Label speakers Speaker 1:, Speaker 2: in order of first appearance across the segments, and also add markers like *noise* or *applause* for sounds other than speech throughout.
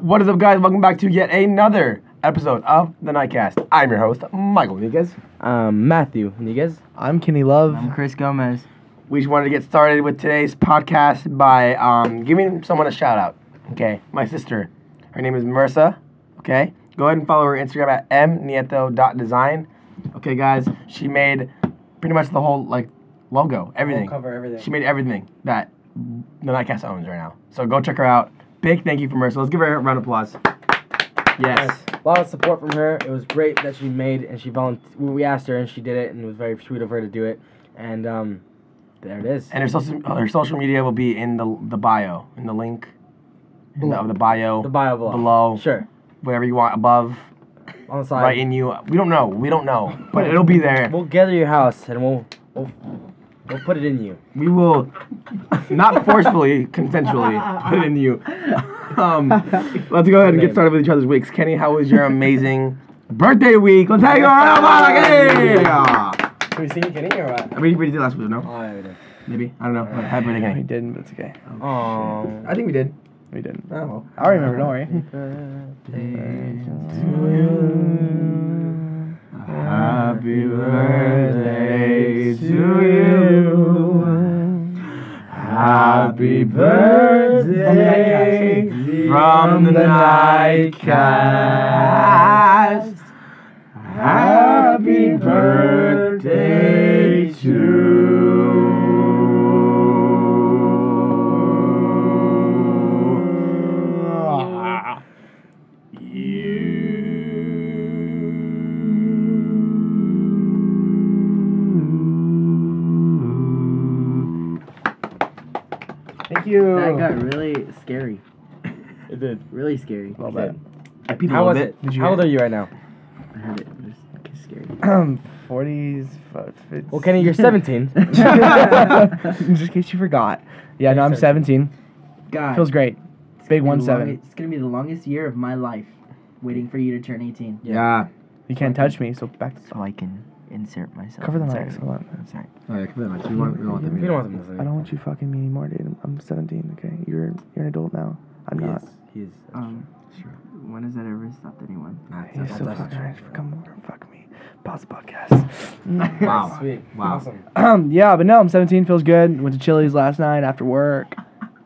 Speaker 1: What is up, guys? Welcome back to yet another episode of the Nightcast. I'm your host, Michael Niguez.
Speaker 2: Um, Matthew Niguez.
Speaker 3: I'm Kenny Love.
Speaker 4: I'm Chris Gomez.
Speaker 1: We just wanted to get started with today's podcast by um, giving someone a shout out. Okay, my sister. Her name is Marissa. Okay, go ahead and follow her Instagram at mnieto.design. Okay, guys, she made pretty much the whole like logo, everything.
Speaker 2: cover, everything.
Speaker 1: She made everything that the Nightcast owns right now. So go check her out. Big thank you for Marissa. Let's give her a round of applause. yes.
Speaker 2: A lot of support from her. It was great that she made and she volunteered. We asked her and she did it, and it was very sweet of her to do it. And um, there it is.
Speaker 1: And her social uh, her social media will be in the the bio, in the link, in the, of the bio,
Speaker 2: the bio below.
Speaker 1: below.
Speaker 2: Sure.
Speaker 1: wherever you want, above,
Speaker 2: On the side.
Speaker 1: right in you. We don't know. We don't know, but it'll be there.
Speaker 2: We'll gather your house and we'll we'll, we'll put it in you.
Speaker 1: We will, not forcefully, consensually, put in
Speaker 2: *laughs*
Speaker 1: you. Um, let's go ahead and get started with each other's weeks. Kenny, how was your amazing birthday week? Let's hang around. Yeah.
Speaker 2: Can we sing it, Kenny, or what?
Speaker 1: I mean, we did last week, no?
Speaker 2: Oh, yeah, we did.
Speaker 1: Maybe I don't know. But happy birthday,
Speaker 3: We
Speaker 1: Kenny.
Speaker 3: didn't, but it's okay.
Speaker 2: Aw.
Speaker 1: I think we did.
Speaker 3: We didn't.
Speaker 1: Oh, well.
Speaker 3: I remember, don't worry.
Speaker 1: Happy birthday to you. Happy Oh, birthday from the nightcast. Happy birthday to
Speaker 3: Thank you.
Speaker 4: That got really scary.
Speaker 2: It did.
Speaker 4: Really scary.
Speaker 3: Well done.
Speaker 1: I peed a
Speaker 2: How
Speaker 1: little
Speaker 2: was
Speaker 1: bit.
Speaker 2: it?
Speaker 1: *clears throat*
Speaker 2: How old are you right now?
Speaker 4: I heard it. It was it was scary.
Speaker 3: Um, 40s. fu- fits-
Speaker 2: Well, Kenny, you're
Speaker 1: *laughs*
Speaker 2: *laughs*
Speaker 4: *laughs*
Speaker 2: 17.
Speaker 3: In just in case you forgot. Yeah, no, I'm 17.
Speaker 4: God.
Speaker 3: Feels great.
Speaker 4: it's
Speaker 3: Big
Speaker 4: gonna be
Speaker 3: one
Speaker 4: the
Speaker 3: seven.
Speaker 4: longe- It's gonna be the longest year of my life, waiting for you to turn 18.
Speaker 1: Yeah.
Speaker 3: You can't touch me, so back to
Speaker 4: So I can insert myself.
Speaker 3: cover the
Speaker 4: I'm sorry.
Speaker 3: mics. Hold on.
Speaker 4: I'm sorry.
Speaker 1: All right, Oh, come on. We want, we want
Speaker 2: We don't want them to
Speaker 3: I don't want you fucking me anymore, dude. I'm 17. Okay, you're you're an adult now. I'm not.
Speaker 2: He is.
Speaker 4: Um, When has that ever stopped
Speaker 1: *laughs*
Speaker 4: anyone? *laughs*
Speaker 3: Hey, so
Speaker 2: that's
Speaker 3: fucking
Speaker 2: true.
Speaker 3: nice. Come on, fuck me. Pause the podcast.
Speaker 1: *laughs* Wow.
Speaker 2: Sweet.
Speaker 1: Wow.
Speaker 2: Awesome.
Speaker 3: Um, *clears throat* yeah, but no, I'm 17. Feels good. Went to Chili's last night after work.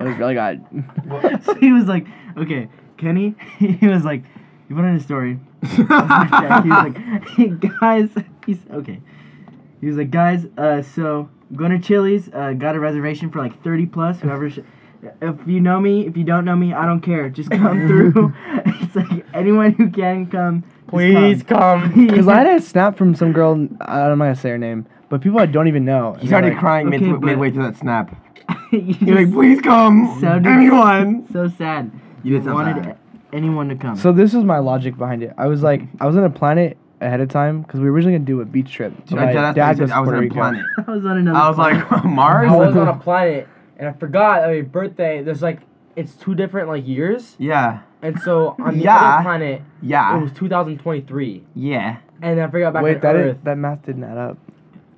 Speaker 3: It was really good.
Speaker 4: *laughs* so he was like, okay, Kenny. *laughs* He was like, he put in a story. he was
Speaker 3: *laughs*
Speaker 4: like, *laughs* hey, guys, he's okay. He was like, guys, uh, so going to Chili's, uh, got a reservation for like 30 plus. Whoever, sh- if you know me, if you don't know me, I don't care.
Speaker 3: *laughs*
Speaker 4: Just come through. *laughs* it's like anyone who can come. just
Speaker 2: Please come.
Speaker 4: *laughs*
Speaker 3: *laughs*
Speaker 4: come.
Speaker 3: Cause I had a snap from some girl. I'm not gonna say her name, but people I don't even know.
Speaker 1: He's already crying mid-
Speaker 4: Okay, but-
Speaker 1: midway through that snap.
Speaker 4: You
Speaker 1: You're like,
Speaker 4: just-
Speaker 1: please come,
Speaker 4: Sounded-
Speaker 1: anyone.
Speaker 4: so sad. *laughs*
Speaker 1: You did sound
Speaker 4: wanted
Speaker 1: sad.
Speaker 4: a- anyone to come.
Speaker 3: So this was my logic behind it. I was like, I was gonna plan it ahead of time because we were originally gonna do a beach trip. but
Speaker 1: Dude, I,
Speaker 3: my
Speaker 1: that's what I
Speaker 3: dad
Speaker 1: said. I was
Speaker 3: Puerto
Speaker 1: on a
Speaker 3: Rico.
Speaker 1: planet.
Speaker 4: I was on another.
Speaker 1: I
Speaker 4: *laughs*
Speaker 1: was
Speaker 4: planet.
Speaker 1: like, *laughs* Mars?
Speaker 2: I was on a planet and I forgot that my birthday. There's like it's two different like years,
Speaker 1: yeah.
Speaker 2: and so on the
Speaker 1: Yeah.
Speaker 2: other planet it
Speaker 4: Oh.
Speaker 1: Yeah.
Speaker 2: was 2023,
Speaker 1: Yeah.
Speaker 2: and I forgot back
Speaker 3: Wait,
Speaker 2: on
Speaker 3: that
Speaker 2: Earth.
Speaker 3: that math didn't add up.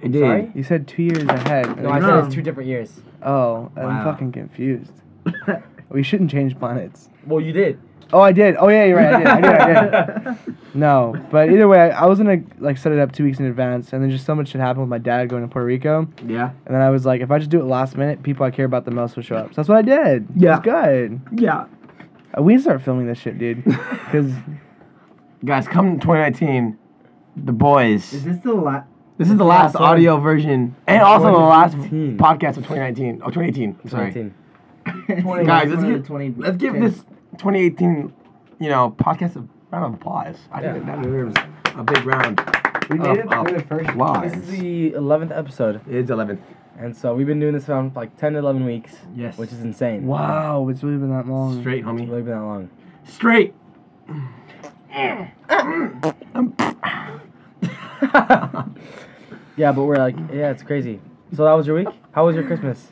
Speaker 1: It
Speaker 2: did. sorry?
Speaker 3: You said two years ahead.
Speaker 2: No, I said it's two different years.
Speaker 3: oh,
Speaker 1: Wow.
Speaker 3: I'm fucking confused.
Speaker 1: *laughs*
Speaker 3: we shouldn't change planets.
Speaker 2: Well, you did.
Speaker 3: Oh, I did. Oh yeah, you're right. I did. I did. I did.
Speaker 1: *laughs*
Speaker 2: *laughs*
Speaker 3: No, but either way, I, I was gonna like set it up two weeks in advance, and then just so much should happen with my dad going to Puerto Rico, and
Speaker 1: Yeah.
Speaker 3: then I was like, if I just do it last minute, people I care about the most will show up. So that's what I did.
Speaker 1: Yeah.
Speaker 3: it's good.
Speaker 1: Yeah.
Speaker 3: Uh, We need to start filming this
Speaker 1: *laughs*
Speaker 3: shit, dude, because
Speaker 1: Guys, come 2019, the boys.
Speaker 4: is this the la- *laughs*
Speaker 1: This is the last
Speaker 2: awesome.
Speaker 1: audio version and also the last
Speaker 2: 2019.
Speaker 1: podcast of 2019. Oh, 2018. I'm sorry.
Speaker 2: 19.
Speaker 1: Guys,
Speaker 4: One
Speaker 1: let's
Speaker 4: of the
Speaker 1: give,
Speaker 4: 20
Speaker 1: let's give
Speaker 4: kids. *laughs*
Speaker 1: this 2018, you know, podcast a round of applause. I think that
Speaker 3: Oh,
Speaker 1: deserves a big round.
Speaker 2: We
Speaker 1: made it through the first- Lies.
Speaker 2: This is the 11th episode,
Speaker 1: It's 11th.
Speaker 2: and so we've been doing this for like 10 to 11 weeks,
Speaker 1: Yes.
Speaker 2: which is insane.
Speaker 3: wow, it's really been that long.
Speaker 1: Straight,
Speaker 2: It's
Speaker 1: homie.
Speaker 2: really been that long.
Speaker 1: Straight.
Speaker 2: Yeah, but we're like, yeah, it's crazy. So that was your week. How was your Christmas?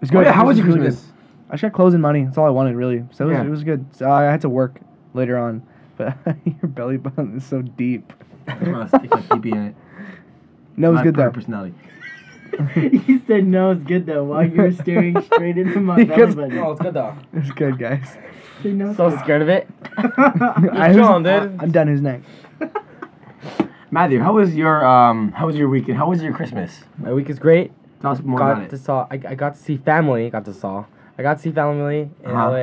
Speaker 3: It's
Speaker 1: Oh,
Speaker 3: good.
Speaker 1: yeah, how was your
Speaker 3: really
Speaker 1: Christmas?
Speaker 3: good. I just got closing money. That's all I wanted, really. So it was,
Speaker 1: Yeah.
Speaker 3: it was good. So I had to work later on, but *laughs* your belly button is so deep.
Speaker 1: I just want to stick my peepee in it.
Speaker 3: No, it was
Speaker 1: My
Speaker 3: good
Speaker 1: per-
Speaker 3: though.
Speaker 1: Personality.
Speaker 4: he
Speaker 1: *laughs*
Speaker 4: said no, it's good though. While you were staring straight into my belly
Speaker 3: Because-
Speaker 4: button.
Speaker 2: Oh, it's good though.
Speaker 3: It was good, guys.
Speaker 4: They
Speaker 2: *laughs*
Speaker 4: know
Speaker 2: So
Speaker 4: *laughs*
Speaker 2: scared of it.
Speaker 3: *laughs* I,
Speaker 2: John,
Speaker 3: who's-
Speaker 2: dude.
Speaker 3: I'm done. Who's next?
Speaker 1: Matthew, how was your um? How was your weekend? How was your Christmas?
Speaker 2: My week is great.
Speaker 1: Tell us more
Speaker 2: got
Speaker 1: about
Speaker 2: to
Speaker 1: it.
Speaker 2: saw. I, I got to see family. Got to saw. I got to see family in
Speaker 1: Uh-huh.
Speaker 2: LA.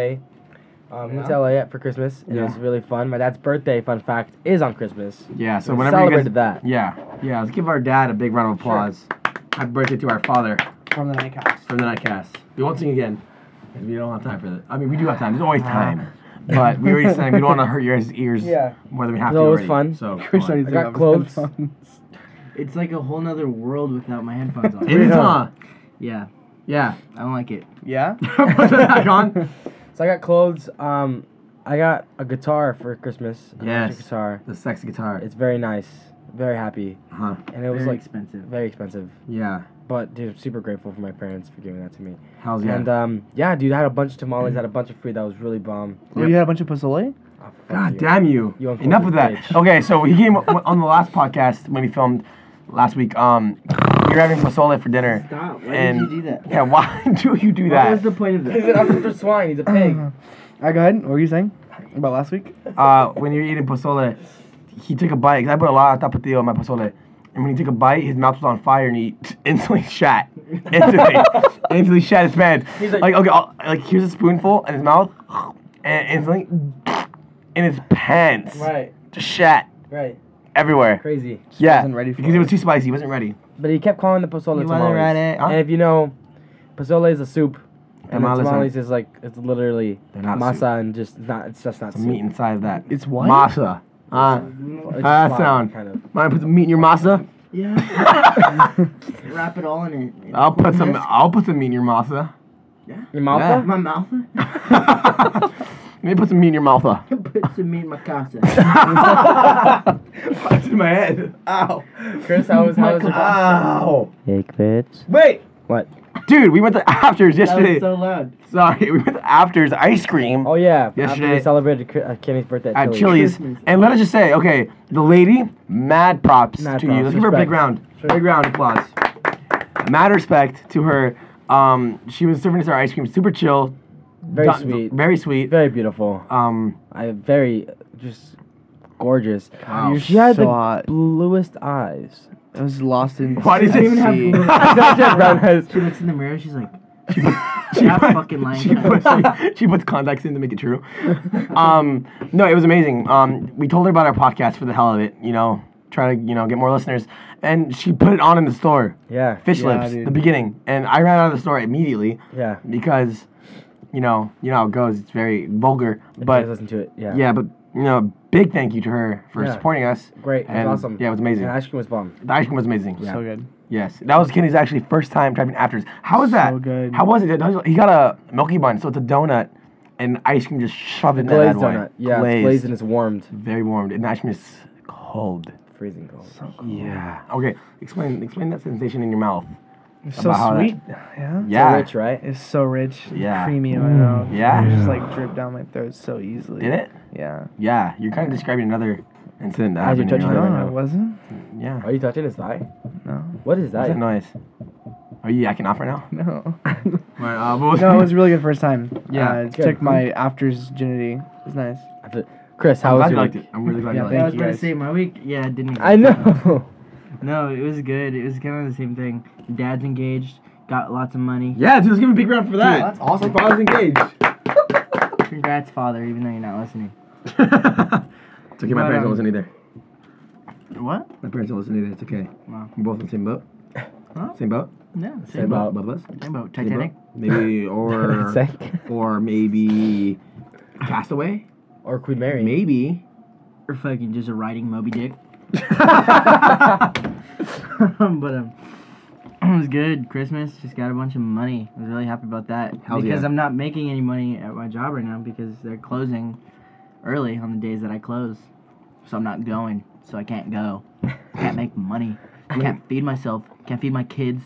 Speaker 2: Um, Went
Speaker 4: Yeah.
Speaker 2: to LA for Christmas. And
Speaker 1: Yeah.
Speaker 2: It was really fun. My dad's birthday, fun fact, is on Christmas.
Speaker 1: Yeah. So
Speaker 2: we
Speaker 1: whenever you guys,
Speaker 2: celebrated that.
Speaker 1: Yeah. Yeah. Let's give our dad a big round of
Speaker 2: Sure.
Speaker 1: applause. Happy birthday to our father
Speaker 3: From the nightcast.
Speaker 1: from the Nightcast. We won't sing again. 'cause We don't have time for that. I mean, we do have time. There's
Speaker 2: Ah.
Speaker 1: always time. But we already sang. We don't want to hurt your guys' ears
Speaker 3: Yeah.
Speaker 1: more than we have
Speaker 2: No,
Speaker 1: to.
Speaker 2: it was
Speaker 1: already.
Speaker 2: fun. *laughs*
Speaker 1: So come
Speaker 3: Chris
Speaker 1: on.
Speaker 3: already
Speaker 2: I
Speaker 3: took
Speaker 2: got
Speaker 3: off his
Speaker 2: clothes.
Speaker 3: headphones.
Speaker 4: It's like a whole nother world without my headphones on.
Speaker 1: It is, huh?
Speaker 4: yeah,
Speaker 1: Yeah. *laughs*
Speaker 4: I don't like it.
Speaker 3: Yeah.
Speaker 1: Put it back on.
Speaker 2: So I got clothes. Um, I got a guitar for Christmas. an
Speaker 1: Yes.
Speaker 2: electric guitar.
Speaker 1: The sexy guitar.
Speaker 2: It's very nice. Very happy.
Speaker 1: huh.
Speaker 2: And it was
Speaker 4: Very
Speaker 2: like
Speaker 4: expensive.
Speaker 2: very expensive.
Speaker 1: Yeah.
Speaker 2: But dude, I'm super grateful for my parents for giving that to me.
Speaker 1: How's Oh, yeah?
Speaker 2: And um, yeah, dude, I had a bunch of tamales, had a bunch of food that was really bomb.
Speaker 3: Well, you had a bunch of pozole.
Speaker 2: Oh, fuck
Speaker 1: God
Speaker 2: you.
Speaker 1: damn you!
Speaker 2: You uncle
Speaker 1: Enough of that.
Speaker 2: bitch.
Speaker 1: Okay, so he came *laughs* on the last podcast when we filmed last week. Um, you're having pozole for dinner.
Speaker 4: Stop. Why
Speaker 1: and
Speaker 4: did you do that?
Speaker 1: Yeah, why *laughs* do you do
Speaker 4: What
Speaker 1: that?
Speaker 4: was the point of
Speaker 2: He's an
Speaker 4: this?
Speaker 2: Uncle Swine. He's a pig.
Speaker 1: Uh-huh.
Speaker 3: I go ahead. What were you saying about last week?
Speaker 1: uh, when you're eating pozole, he took a bite. 'cause I put a lot of tapatio in my pozole, and when he took a bite, his mouth was on fire, and he *laughs* instantly shat.
Speaker 3: *laughs*
Speaker 1: Instantly, instantly shat his pants.
Speaker 2: He's
Speaker 1: like,
Speaker 2: like-
Speaker 1: okay, I'll, like here's a spoonful in his mouth, and instantly *sniffs* in his pants,
Speaker 2: Right.
Speaker 1: just shat
Speaker 2: Right.
Speaker 1: everywhere.
Speaker 2: Crazy.
Speaker 1: yeah,
Speaker 3: wasn't ready for
Speaker 1: because it
Speaker 3: it.
Speaker 1: was too spicy. He wasn't ready.
Speaker 2: But he kept calling the pozole
Speaker 4: You
Speaker 2: tamales.
Speaker 4: wasn't ready,
Speaker 1: huh?
Speaker 2: And if you know, pozole is a soup, and
Speaker 1: Tamales
Speaker 2: tamales,
Speaker 1: are-
Speaker 2: tamales is like it's literally
Speaker 1: They're not
Speaker 2: masa
Speaker 1: soup.
Speaker 2: and just not. It's just not
Speaker 1: The
Speaker 2: soup.
Speaker 1: meat inside of that.
Speaker 3: It's what?
Speaker 1: Masa. Uh,
Speaker 2: It's
Speaker 1: Ah,
Speaker 2: flour,
Speaker 1: sound.
Speaker 2: Kind of.
Speaker 1: might put some meat in your
Speaker 3: *laughs*
Speaker 1: masa. *laughs*
Speaker 4: yeah. Wrap it all in it.
Speaker 1: I'll put some. I'll put some meat in your masa. *laughs*
Speaker 2: Your mouth?
Speaker 1: Yeah.
Speaker 2: though?
Speaker 4: *laughs* My mouth. *laughs*
Speaker 1: Maybe put some meat in your mouth.
Speaker 4: Put some meat in my
Speaker 1: *laughs*
Speaker 4: casa.
Speaker 1: That's in my head. Ow.
Speaker 2: Chris, how
Speaker 1: *laughs*
Speaker 2: was how was your
Speaker 1: Ow.
Speaker 2: cake, bitch?
Speaker 1: Wait.
Speaker 2: What?
Speaker 1: Dude, we went to afters
Speaker 4: that was
Speaker 1: yesterday.
Speaker 4: so loud.
Speaker 1: Sorry, we went to afters ice cream
Speaker 2: Oh yeah. After
Speaker 1: Yesterday-
Speaker 2: we celebrated Chri- uh, Kenny's birthday at,
Speaker 1: at Chili's.
Speaker 4: Christmas.
Speaker 1: And let us just say, okay, the lady, mad props
Speaker 2: Mad
Speaker 1: to you.
Speaker 2: props,
Speaker 1: Let's give her a big
Speaker 2: respect.
Speaker 1: round.
Speaker 2: Sure.
Speaker 1: Big round of applause. Mad respect to her. Um, she was serving us our ice cream, super chill.
Speaker 2: Very
Speaker 1: Done-
Speaker 2: sweet.
Speaker 1: Very sweet.
Speaker 2: Very beautiful.
Speaker 1: Um,
Speaker 2: I very just gorgeous.
Speaker 1: Wow.
Speaker 3: You're
Speaker 2: She had
Speaker 3: so
Speaker 2: the
Speaker 3: hot.
Speaker 2: bluest
Speaker 1: *laughs*
Speaker 2: eyes. *laughs*
Speaker 3: I was lost in.
Speaker 1: Why does it even have
Speaker 3: *laughs* sea.
Speaker 1: blue-
Speaker 2: She had brown eyes.
Speaker 4: She looks in the mirror. She's like,
Speaker 1: she
Speaker 4: That
Speaker 1: put-
Speaker 4: fucking line
Speaker 1: She,
Speaker 4: cuts.
Speaker 1: put,
Speaker 2: *laughs*
Speaker 1: she, she puts contacts in to make it true. Um, no, it was amazing. Um, we told her about our podcast for the hell of it. You know, try to you know get more listeners, and she put it on in the store.
Speaker 2: Yeah.
Speaker 1: Fish
Speaker 3: Yeah,
Speaker 1: lips,
Speaker 3: dude.
Speaker 1: the beginning, and I ran out of the store immediately
Speaker 2: Yeah.
Speaker 1: because, you know, you know how it goes. It's very vulgar,
Speaker 2: Guys,
Speaker 1: but
Speaker 2: listen to it. Yeah.
Speaker 1: yeah, but you know, big thank you to her for
Speaker 2: Yeah.
Speaker 1: supporting us.
Speaker 2: Great. It was
Speaker 1: And,
Speaker 2: awesome.
Speaker 1: Yeah, it was amazing.
Speaker 2: And ice cream was bomb.
Speaker 1: the ice cream was amazing. *laughs* Yeah.
Speaker 3: So good.
Speaker 1: Yes, that was Kenny's actually first time driving afters. How was that?
Speaker 3: So good.
Speaker 1: How was it? He got a Milky Bun, so it's a donut, and ice cream just shoved in that
Speaker 2: Glazed
Speaker 1: bad boy.
Speaker 2: donut. Yeah. Glazed. It's glazed and it's warmed.
Speaker 1: Very warm, and the ice cream is cold.
Speaker 2: Freezing cold.
Speaker 1: Yeah. Okay, explain explain that sensation in your mouth.
Speaker 3: It's so
Speaker 1: About how
Speaker 3: sweet. yeah.
Speaker 1: Yeah.
Speaker 2: So rich, right?
Speaker 3: It's so rich. and
Speaker 1: Yeah.
Speaker 3: Creamy in my mouth.
Speaker 1: Yeah.
Speaker 3: It just like dripped down my throat so easily.
Speaker 1: Did it?
Speaker 3: Yeah.
Speaker 1: Yeah. You're kind of describing another incident that
Speaker 2: How'd you
Speaker 1: happened in
Speaker 2: touch
Speaker 1: your
Speaker 2: it?
Speaker 3: No,
Speaker 1: life.
Speaker 2: right
Speaker 3: I
Speaker 2: now.
Speaker 3: wasn't.
Speaker 1: Yeah.
Speaker 2: Are you touching his thigh?
Speaker 3: No. *laughs*
Speaker 2: What is
Speaker 1: What's
Speaker 2: that?
Speaker 1: that noise? Are you yakking off right now?
Speaker 3: No.
Speaker 1: Right, uh, what was
Speaker 3: *laughs* no,
Speaker 1: *laughs*
Speaker 3: it was a really good first time.
Speaker 1: Yeah,
Speaker 3: Uh, it
Speaker 2: good.
Speaker 3: took my after's virginity. It was nice.
Speaker 2: I feel- Chris,
Speaker 1: I'm
Speaker 2: how
Speaker 1: glad
Speaker 2: was
Speaker 1: you
Speaker 2: your
Speaker 1: liked
Speaker 2: week?
Speaker 1: it. I'm really glad
Speaker 3: Yeah,
Speaker 1: you
Speaker 4: I
Speaker 1: liked
Speaker 4: was
Speaker 3: you,
Speaker 4: gonna
Speaker 3: guys.
Speaker 4: say my week. Yeah, it didn't.
Speaker 2: I know. *laughs*
Speaker 4: No, it was good. It was kind of the same thing. Dad's engaged. Got lots of money.
Speaker 1: it. Yeah, dude, let's give him a big round for that.
Speaker 3: that's awesome.
Speaker 1: My father's engaged.
Speaker 4: Congrats, father. Even though you're not listening.
Speaker 1: it's okay, my
Speaker 4: But,
Speaker 1: parents don't
Speaker 4: um,
Speaker 1: listen either.
Speaker 4: What?
Speaker 1: My parents don't listen either. It's okay.
Speaker 4: Wow.
Speaker 1: We're both in the same boat.
Speaker 4: Huh?
Speaker 1: Same boat.
Speaker 4: Yeah.
Speaker 2: Same
Speaker 4: Same
Speaker 2: boat.
Speaker 4: boat.
Speaker 1: Both of us.
Speaker 4: Same boat.
Speaker 1: Same boat?
Speaker 4: Titanic.
Speaker 1: *laughs* Maybe
Speaker 2: *laughs*
Speaker 1: or
Speaker 2: Same.
Speaker 1: or maybe Castaway.
Speaker 2: Or Queen
Speaker 1: *laughs*
Speaker 2: Mary.
Speaker 1: Maybe.
Speaker 4: Or fucking just a riding Moby Dick. *laughs*
Speaker 1: yeah,
Speaker 4: but um, *clears throat* it was good. Christmas just got a bunch of money. I was really happy about that
Speaker 1: Hell
Speaker 4: because
Speaker 1: yeah.
Speaker 4: I'm not making any money at my job right now because they're closing early on the days that I close, so I'm not going. So I can't go. can't make money. Can't feed myself. Can't feed my kids.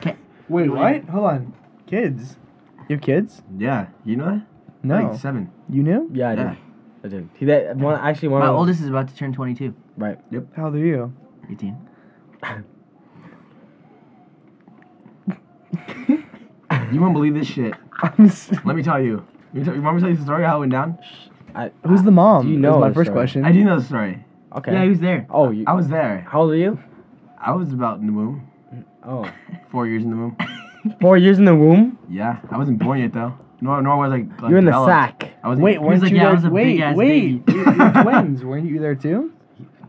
Speaker 4: Can't.
Speaker 3: Wait,
Speaker 4: what?
Speaker 3: Hold on. Kids. You have kids?
Speaker 1: you know that?
Speaker 3: No.
Speaker 1: Like seven.
Speaker 3: You knew?
Speaker 2: Yeah, I did.
Speaker 1: Yeah.
Speaker 2: I did. He that one actually one
Speaker 4: My
Speaker 2: of
Speaker 4: oldest is about to turn 22.
Speaker 2: right.
Speaker 3: How old are you? *laughs*
Speaker 4: 18.
Speaker 1: You won't believe this shit.
Speaker 3: I'm s- *laughs*
Speaker 1: Let me tell you. You, t- you want me to tell you the story how it went down?
Speaker 2: I,
Speaker 3: Who's the mom?
Speaker 2: Do you
Speaker 3: is
Speaker 2: know
Speaker 3: my
Speaker 2: the
Speaker 3: first
Speaker 2: story?
Speaker 3: question.
Speaker 1: I do know the story.
Speaker 2: Okay.
Speaker 4: Yeah, he was there.
Speaker 2: oh, you.
Speaker 1: I was there.
Speaker 2: How old are you?
Speaker 1: I was about in the womb.
Speaker 2: Oh,
Speaker 1: Four years in the womb.
Speaker 2: four years in the womb.
Speaker 1: Yeah, I wasn't born yet though. Nor nor was I. Like,
Speaker 2: You're in the
Speaker 1: developed.
Speaker 2: sack. *laughs*
Speaker 1: I was
Speaker 3: Wait, weren't
Speaker 4: like,
Speaker 3: you
Speaker 4: yeah, I
Speaker 3: guys-
Speaker 4: was a
Speaker 3: wait,
Speaker 4: big-ass
Speaker 3: wait,
Speaker 1: *laughs*
Speaker 4: baby.
Speaker 3: you- you're twins, weren't you there too?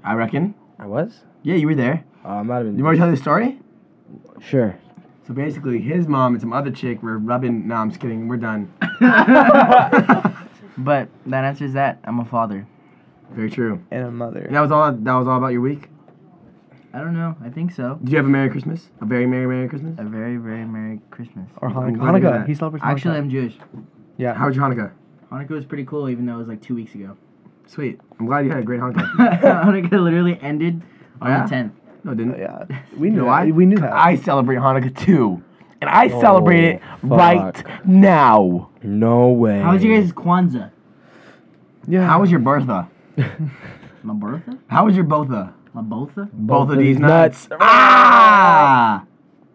Speaker 1: I reckon.
Speaker 2: I was.
Speaker 1: Yeah, you were there.
Speaker 2: Uh, I might have been.
Speaker 1: You want me to tell you the story?
Speaker 2: Sure.
Speaker 1: So basically, his mom and some other chick were rubbing. No, I'm just kidding. We're *laughs* done.
Speaker 4: *laughs* But that answers that. I'm a father.
Speaker 1: Very true.
Speaker 3: And a
Speaker 1: And
Speaker 3: mother.
Speaker 1: that was all. That was all about your week.
Speaker 4: I don't know. I think so.
Speaker 1: Did you have a Merry Christmas? A very Merry Merry Christmas.
Speaker 4: A very, very Merry Christmas.
Speaker 3: Or Hanukkah.
Speaker 1: glad to hear that.
Speaker 3: Hanukkah. He celebrates Hanukkah.
Speaker 4: Actually, I'm Jewish.
Speaker 3: yeah.
Speaker 1: How was your Hanukkah?
Speaker 4: Hanukkah was pretty cool, even though it was like two weeks *laughs* ago.
Speaker 1: Sweet. I'm glad you had a great Hanukkah. *laughs*
Speaker 4: Hanukkah literally ended
Speaker 1: Oh,
Speaker 4: on
Speaker 1: yeah?
Speaker 4: the 10th.
Speaker 1: No, it didn't.
Speaker 3: *laughs* yeah. We
Speaker 1: You
Speaker 3: knew
Speaker 1: know
Speaker 3: that.
Speaker 1: why?
Speaker 3: We knew
Speaker 1: 'Cause
Speaker 3: that. Oh,
Speaker 1: I celebrate Hanukkah too, and I celebrate it
Speaker 2: fuck.
Speaker 1: right now.
Speaker 2: No way.
Speaker 4: How was your guys' Kwanzaa?
Speaker 3: yeah.
Speaker 1: How was your Bertha?
Speaker 4: My Bertha?
Speaker 1: How was your Botha?
Speaker 4: My Botha?
Speaker 1: Both, of
Speaker 2: of
Speaker 1: these
Speaker 2: these
Speaker 1: nuts. Ah!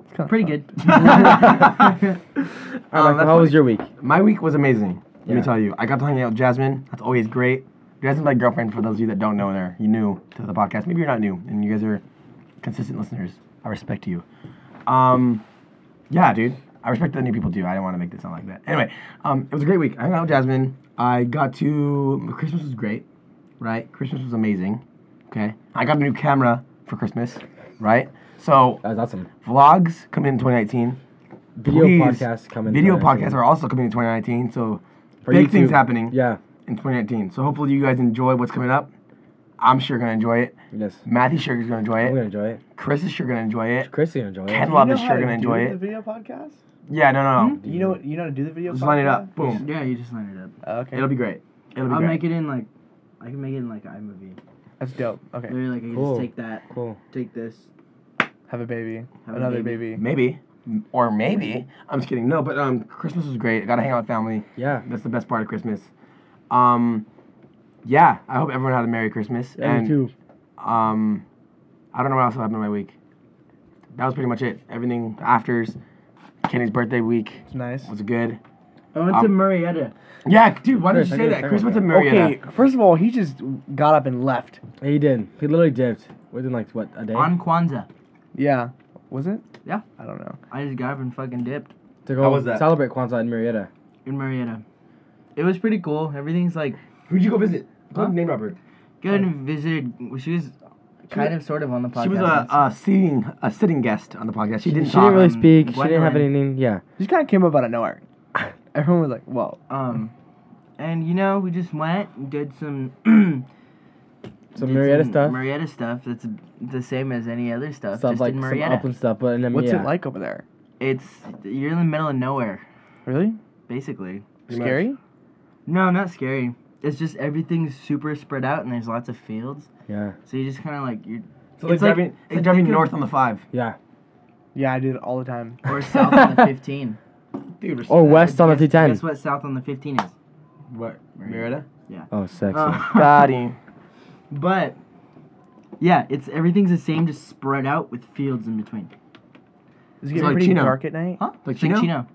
Speaker 3: It's kinda
Speaker 4: Pretty
Speaker 3: fun.
Speaker 4: good. *laughs*
Speaker 2: All right,
Speaker 1: Um, that's
Speaker 2: how was
Speaker 1: funny.
Speaker 2: your week?
Speaker 1: My week was amazing. Let me
Speaker 2: Yeah.
Speaker 1: tell you, I got to hang out with Jasmine. That's always great. Jasmine's my girlfriend. For those of you that don't know her, you new to the podcast. Maybe you're not new, and you guys are consistent listeners. I respect you. Um, yeah, dude. I respect the new people too. I don't want to make this sound like that. Anyway, um, it was a great week. I hung out with Jasmine. I got to Christmas was great, right? Christmas was amazing. Okay, I got a new camera for Christmas, right? So
Speaker 2: That's awesome.
Speaker 1: vlogs coming in 2019.
Speaker 2: Video
Speaker 1: Please,
Speaker 2: podcasts coming.
Speaker 1: Video
Speaker 2: tonight, I
Speaker 1: podcasts
Speaker 2: think.
Speaker 1: are also coming in 2019. So
Speaker 2: For
Speaker 1: big
Speaker 2: YouTube.
Speaker 1: things happening
Speaker 2: Yeah.
Speaker 1: in 2019. So hopefully you guys enjoy what's coming up. I'm sure gonna enjoy it.
Speaker 2: Yes.
Speaker 1: Matthew sure is gonna enjoy
Speaker 2: I'm gonna
Speaker 1: it.
Speaker 2: enjoy it.
Speaker 1: Chris is sure gonna enjoy it.
Speaker 2: Chris is gonna enjoy
Speaker 1: Ken
Speaker 2: it.
Speaker 1: Love is sure gonna enjoy
Speaker 3: The
Speaker 1: it.
Speaker 3: video podcast.
Speaker 1: Yeah, no, no, no.
Speaker 3: You know you know how to do the Hmm? video.
Speaker 1: Just
Speaker 3: podcast?
Speaker 1: line it up. Boom.
Speaker 4: yeah, you just lined it up.
Speaker 3: Oh, okay.
Speaker 1: It'll be great. It'll be
Speaker 4: I'll
Speaker 1: great.
Speaker 4: make it in like, I can make it in like iMovie.
Speaker 3: That's dope. Okay.
Speaker 4: Literally, like, I can
Speaker 2: Cool.
Speaker 4: just take that,
Speaker 2: Cool.
Speaker 4: take this.
Speaker 3: Have a baby.
Speaker 4: Have a
Speaker 3: Another
Speaker 4: baby.
Speaker 3: baby.
Speaker 1: Maybe. M- Or maybe. I'm just kidding. No, but um, Christmas was great. I got to hang out with family.
Speaker 2: Yeah.
Speaker 1: That's the best part of Christmas. Um, yeah. I hope everyone had a Merry Christmas.
Speaker 2: Yeah,
Speaker 1: and
Speaker 2: me too.
Speaker 1: um, I don't know what else happened in my week. That was pretty much it. Everything afters. Kenny's birthday week
Speaker 3: It's nice.
Speaker 1: was good.
Speaker 4: I went
Speaker 1: Um,
Speaker 4: to Murrieta.
Speaker 1: Yeah, dude. Why did
Speaker 2: Chris,
Speaker 1: you
Speaker 2: I
Speaker 1: say
Speaker 2: did
Speaker 1: that?
Speaker 2: say
Speaker 1: Chris went to
Speaker 2: that.
Speaker 1: Marietta.
Speaker 3: Okay. First of all, he just got up and left.
Speaker 2: He did. He literally dipped within like what a day.
Speaker 4: On Kwanzaa.
Speaker 3: Yeah. Was it?
Speaker 4: Yeah.
Speaker 3: I don't know.
Speaker 4: I just got up and fucking dipped
Speaker 2: to go
Speaker 1: How was that?
Speaker 2: celebrate Kwanzaa in Marietta.
Speaker 4: in Marietta. It was pretty cool. Everything's like
Speaker 1: Who'd you go visit?
Speaker 4: Huh?
Speaker 1: Name Robert.
Speaker 4: good and visited. She was kind of sort of on the podcast.
Speaker 1: She was uh, a, a sitting a sitting guest on the podcast. She didn't
Speaker 2: She
Speaker 1: talk.
Speaker 2: didn't really
Speaker 4: um,
Speaker 2: speak. She didn't have
Speaker 4: Gwendolen.
Speaker 2: anything. Yeah.
Speaker 3: He just kind of came up out of nowhere. *laughs* Everyone was like, "Whoa."
Speaker 4: Um, and you know, we just went and did some. *clears throat* did
Speaker 2: Some Marietta stuff.
Speaker 4: Marietta stuff. That's the same as any other stuff.
Speaker 2: stuff
Speaker 4: just
Speaker 2: like
Speaker 4: in
Speaker 2: some
Speaker 4: Marietta.
Speaker 2: upland stuff, but in Marietta.
Speaker 3: What's it like over there?
Speaker 4: it's you're in the middle of nowhere,
Speaker 3: Really?
Speaker 4: basically.
Speaker 1: Pretty much.
Speaker 3: Scary?
Speaker 4: No, not scary. It's just everything's super spread out, and there's lots of fields.
Speaker 2: Yeah.
Speaker 4: So you just kind of like you're
Speaker 1: So like
Speaker 4: It's like-
Speaker 1: driving, it's like
Speaker 4: I
Speaker 1: driving
Speaker 4: think of-
Speaker 1: north on the five.
Speaker 2: Yeah.
Speaker 3: Yeah, I do it all the time.
Speaker 4: or south on the 15.
Speaker 1: Dude,
Speaker 2: Or
Speaker 4: Oh.
Speaker 2: west on the
Speaker 4: Guess- Guess
Speaker 2: T10.
Speaker 4: what south on the 15 is?
Speaker 1: What? Marietta?
Speaker 2: Oh, sexy.
Speaker 4: Uh,
Speaker 1: Daddy.
Speaker 4: But yeah, it's everything's the same, just spread out with fields in between.
Speaker 3: Is
Speaker 1: It's
Speaker 3: it getting
Speaker 1: like
Speaker 3: pretty
Speaker 1: Chino.
Speaker 3: dark at night?
Speaker 4: Huh?
Speaker 1: Like
Speaker 4: It's
Speaker 1: Chino?
Speaker 4: Chino.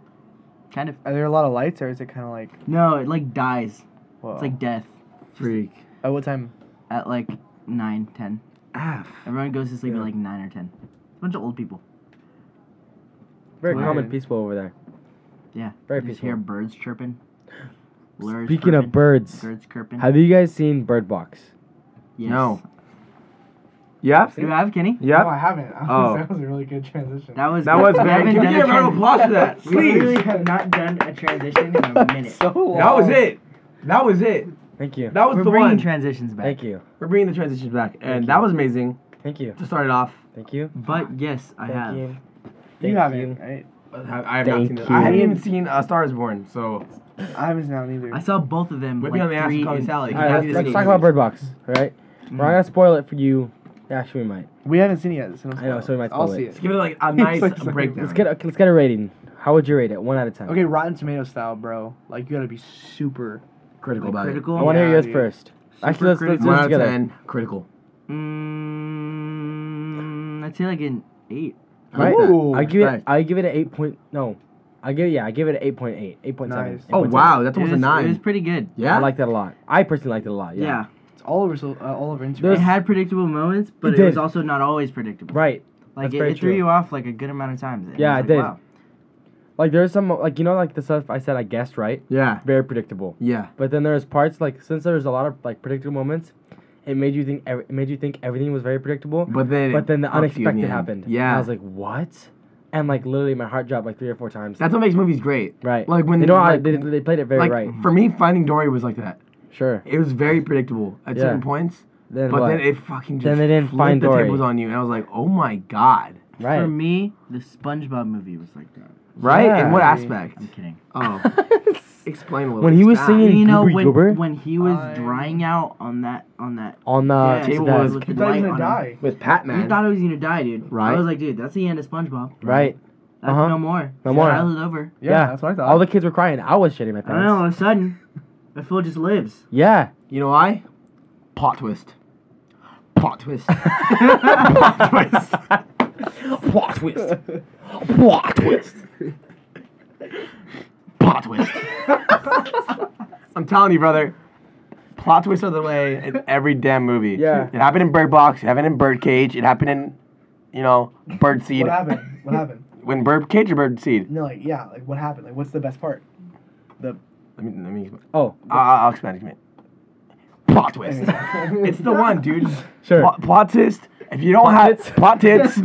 Speaker 4: Kind of.
Speaker 3: Are there a lot of lights, or is it kind of like,
Speaker 4: No, it like dies.
Speaker 3: whoa?
Speaker 4: It's like death
Speaker 1: Freak.
Speaker 3: At what time?
Speaker 4: at like 9, 10.
Speaker 1: *laughs* Ah.
Speaker 4: Everyone goes to sleep
Speaker 3: Yeah.
Speaker 4: at like 9 or 10. A bunch of old people.
Speaker 2: Very
Speaker 3: Weird.
Speaker 2: calm and peaceful over there.
Speaker 4: Yeah.
Speaker 2: Very
Speaker 4: you just
Speaker 2: peaceful.
Speaker 4: hear birds chirping. Lures
Speaker 2: Speaking
Speaker 4: chirping,
Speaker 2: of birds,
Speaker 4: Birds chirping.
Speaker 2: have you guys seen Bird Box?
Speaker 4: Yes.
Speaker 1: No. Yeah.
Speaker 4: Do you have, Kenny?
Speaker 1: Yeah.
Speaker 3: I haven't. *laughs*
Speaker 1: Oh. That
Speaker 3: was a really good transition.
Speaker 4: That was
Speaker 1: That was
Speaker 4: we
Speaker 1: very.
Speaker 4: haven't
Speaker 1: Can we
Speaker 4: done
Speaker 1: get a
Speaker 4: a
Speaker 1: round of
Speaker 4: tran-
Speaker 1: applause for that,
Speaker 4: *laughs* We literally
Speaker 1: please?
Speaker 4: have not done a transition in a minute.
Speaker 3: *laughs* so
Speaker 1: *laughs* That was it. That was it.
Speaker 2: Thank you.
Speaker 1: That was
Speaker 4: We're
Speaker 1: the
Speaker 4: bringing
Speaker 1: one.
Speaker 4: transitions back.
Speaker 2: Thank you.
Speaker 1: We're bringing the transitions back, and
Speaker 2: you.
Speaker 1: that was amazing
Speaker 2: Thank you.
Speaker 1: to start it off.
Speaker 2: Thank you.
Speaker 4: But yes, I
Speaker 2: Thank
Speaker 4: have.
Speaker 2: you.
Speaker 3: You
Speaker 2: Thank
Speaker 3: haven't, right?
Speaker 1: I have
Speaker 2: Thank
Speaker 1: not seen. It.
Speaker 2: you.
Speaker 1: I haven't even seen uh, 'Stars Born, so
Speaker 3: I haven't now either.
Speaker 4: I saw both of them.
Speaker 1: whip
Speaker 4: like
Speaker 1: me on the ass
Speaker 4: three
Speaker 1: and call me
Speaker 4: in-
Speaker 1: Sally.
Speaker 2: All right,
Speaker 1: Happy to
Speaker 2: let's, let's
Speaker 1: see
Speaker 2: talk
Speaker 1: you.
Speaker 2: about Bird Box, right? We're not gonna spoil it for you. Actually, we might.
Speaker 3: we haven't seen it yet. So don't
Speaker 2: I know,
Speaker 3: spoil
Speaker 2: so we might
Speaker 3: it. I'll
Speaker 2: spoil
Speaker 3: see
Speaker 2: it.
Speaker 1: Let's
Speaker 3: it.
Speaker 1: give it like
Speaker 2: *laughs*
Speaker 1: a nice
Speaker 3: like-
Speaker 1: breakdown.
Speaker 2: Let's get a, let's get a rating. How would you rate it? One out of ten.
Speaker 3: Okay, Rotten Tomato style, bro. Like you gotta be super.
Speaker 1: critical
Speaker 4: like,
Speaker 1: about it.
Speaker 4: critical.
Speaker 2: I want to
Speaker 3: Yeah,
Speaker 2: hear yours
Speaker 3: dude.
Speaker 2: first. Actually, let's, let's do
Speaker 1: One out
Speaker 2: this
Speaker 1: of
Speaker 2: together.
Speaker 1: ten. Critical.
Speaker 4: Mm, I'd say like an eight.
Speaker 1: I like
Speaker 2: Right?
Speaker 1: that.
Speaker 3: Ooh,
Speaker 2: I give it.
Speaker 1: respect.
Speaker 2: I give it an eight point. No, I give yeah, I give it an 8.8, 8.7.
Speaker 3: Nice.
Speaker 1: Oh
Speaker 2: 8.7.
Speaker 1: wow, that's
Speaker 4: It
Speaker 1: almost
Speaker 4: was-
Speaker 1: a nine.
Speaker 4: It was pretty good.
Speaker 1: yeah.
Speaker 2: I like that a lot. I personally liked it a lot. Yeah.
Speaker 4: Yeah.
Speaker 3: It's all over. So, uh, all over
Speaker 4: It
Speaker 2: There's-
Speaker 3: Instagram.
Speaker 4: had predictable moments, but
Speaker 2: It
Speaker 4: it, was
Speaker 2: did.
Speaker 4: also not always predictable.
Speaker 2: Right.
Speaker 4: Like
Speaker 2: That's
Speaker 4: it,
Speaker 2: very
Speaker 4: it threw
Speaker 2: true.
Speaker 4: you off like a good amount of times. And
Speaker 2: Yeah,
Speaker 4: was
Speaker 2: it
Speaker 4: like,
Speaker 2: did.
Speaker 4: Wow.
Speaker 2: Like there's some like you know like the stuff I said I guessed right.
Speaker 1: yeah.
Speaker 2: Very predictable.
Speaker 1: Yeah.
Speaker 2: But then there's parts like since there's a lot of like predictable moments, it made you think ev- it made you think everything was very predictable.
Speaker 1: But then.
Speaker 2: But then the
Speaker 1: it fucked you in
Speaker 2: unexpected
Speaker 1: the end.
Speaker 2: happened.
Speaker 1: Yeah.
Speaker 2: I was like, what? And like literally my heart dropped like three or four times.
Speaker 1: that's what makes movies great.
Speaker 2: right.
Speaker 1: Like when
Speaker 2: you know how
Speaker 1: like,
Speaker 2: they, they played it very
Speaker 1: like,
Speaker 2: right.
Speaker 1: For me, Finding Dory was like that.
Speaker 2: Sure.
Speaker 1: It was very predictable at
Speaker 2: Yeah.
Speaker 1: certain points,
Speaker 2: Then
Speaker 1: but
Speaker 2: what?
Speaker 1: then it fucking just
Speaker 2: Then they didn't
Speaker 1: flipped
Speaker 2: find
Speaker 1: the
Speaker 2: Dory.
Speaker 1: tables on you, and I was like, oh my god,
Speaker 2: right.
Speaker 4: For me, the SpongeBob movie was like that.
Speaker 1: right? In what
Speaker 2: Yeah.
Speaker 1: aspect?
Speaker 4: I'm kidding.
Speaker 1: Oh, explain a little.
Speaker 2: When
Speaker 1: bit.
Speaker 2: he was
Speaker 1: Stop.
Speaker 2: Ah, singing-
Speaker 4: You know
Speaker 2: Goobery Goober?
Speaker 4: when, when he was
Speaker 3: I-
Speaker 4: drying out on that on that
Speaker 2: *laughs* on uh, the
Speaker 4: Yeah,
Speaker 1: table
Speaker 2: that-
Speaker 1: was-
Speaker 4: with
Speaker 3: I
Speaker 4: the
Speaker 3: thought he
Speaker 4: light
Speaker 3: was
Speaker 4: on
Speaker 3: gonna
Speaker 4: him.
Speaker 3: die.
Speaker 1: with Patman,
Speaker 4: You thought I was gonna die, dude.
Speaker 1: Right.
Speaker 4: I was like, dude, that's the end of SpongeBob.
Speaker 2: *laughs* right.
Speaker 4: That's
Speaker 2: Uh-huh.
Speaker 4: no more.
Speaker 2: No more.
Speaker 4: Childhood over.
Speaker 3: Yeah,
Speaker 2: Yeah.
Speaker 3: that's what I thought.
Speaker 2: All the kids were crying. I was shitting my
Speaker 4: I don't know. All
Speaker 2: pants.
Speaker 4: of a sudden, the fool just *laughs* lives.
Speaker 2: Yeah.
Speaker 1: you know why? Plot twist. Plot twist. *laughs* Plot twist.
Speaker 2: *laughs*
Speaker 1: Plot twist. Plot twist. Plot twist. I'm telling you, brother. Plot twists are the way in every damn movie.
Speaker 2: Yeah.
Speaker 1: It happened in Bird Box. It happened in Birdcage. It happened in, you know, Birdseed.
Speaker 3: What happened? What *laughs* happened?
Speaker 1: When Birdcage or Birdseed?
Speaker 3: No, like yeah, like what happened? Like what's the best part?
Speaker 1: Let me let me. explain.
Speaker 2: Oh,
Speaker 1: I'll, I'll expand it. explain it. Plot twist. it's the one,
Speaker 4: *laughs*
Speaker 1: dude.
Speaker 2: sure.
Speaker 1: Plot, plot twist. If you don't
Speaker 2: Plot
Speaker 1: have
Speaker 2: tits?
Speaker 1: *laughs* plot tits,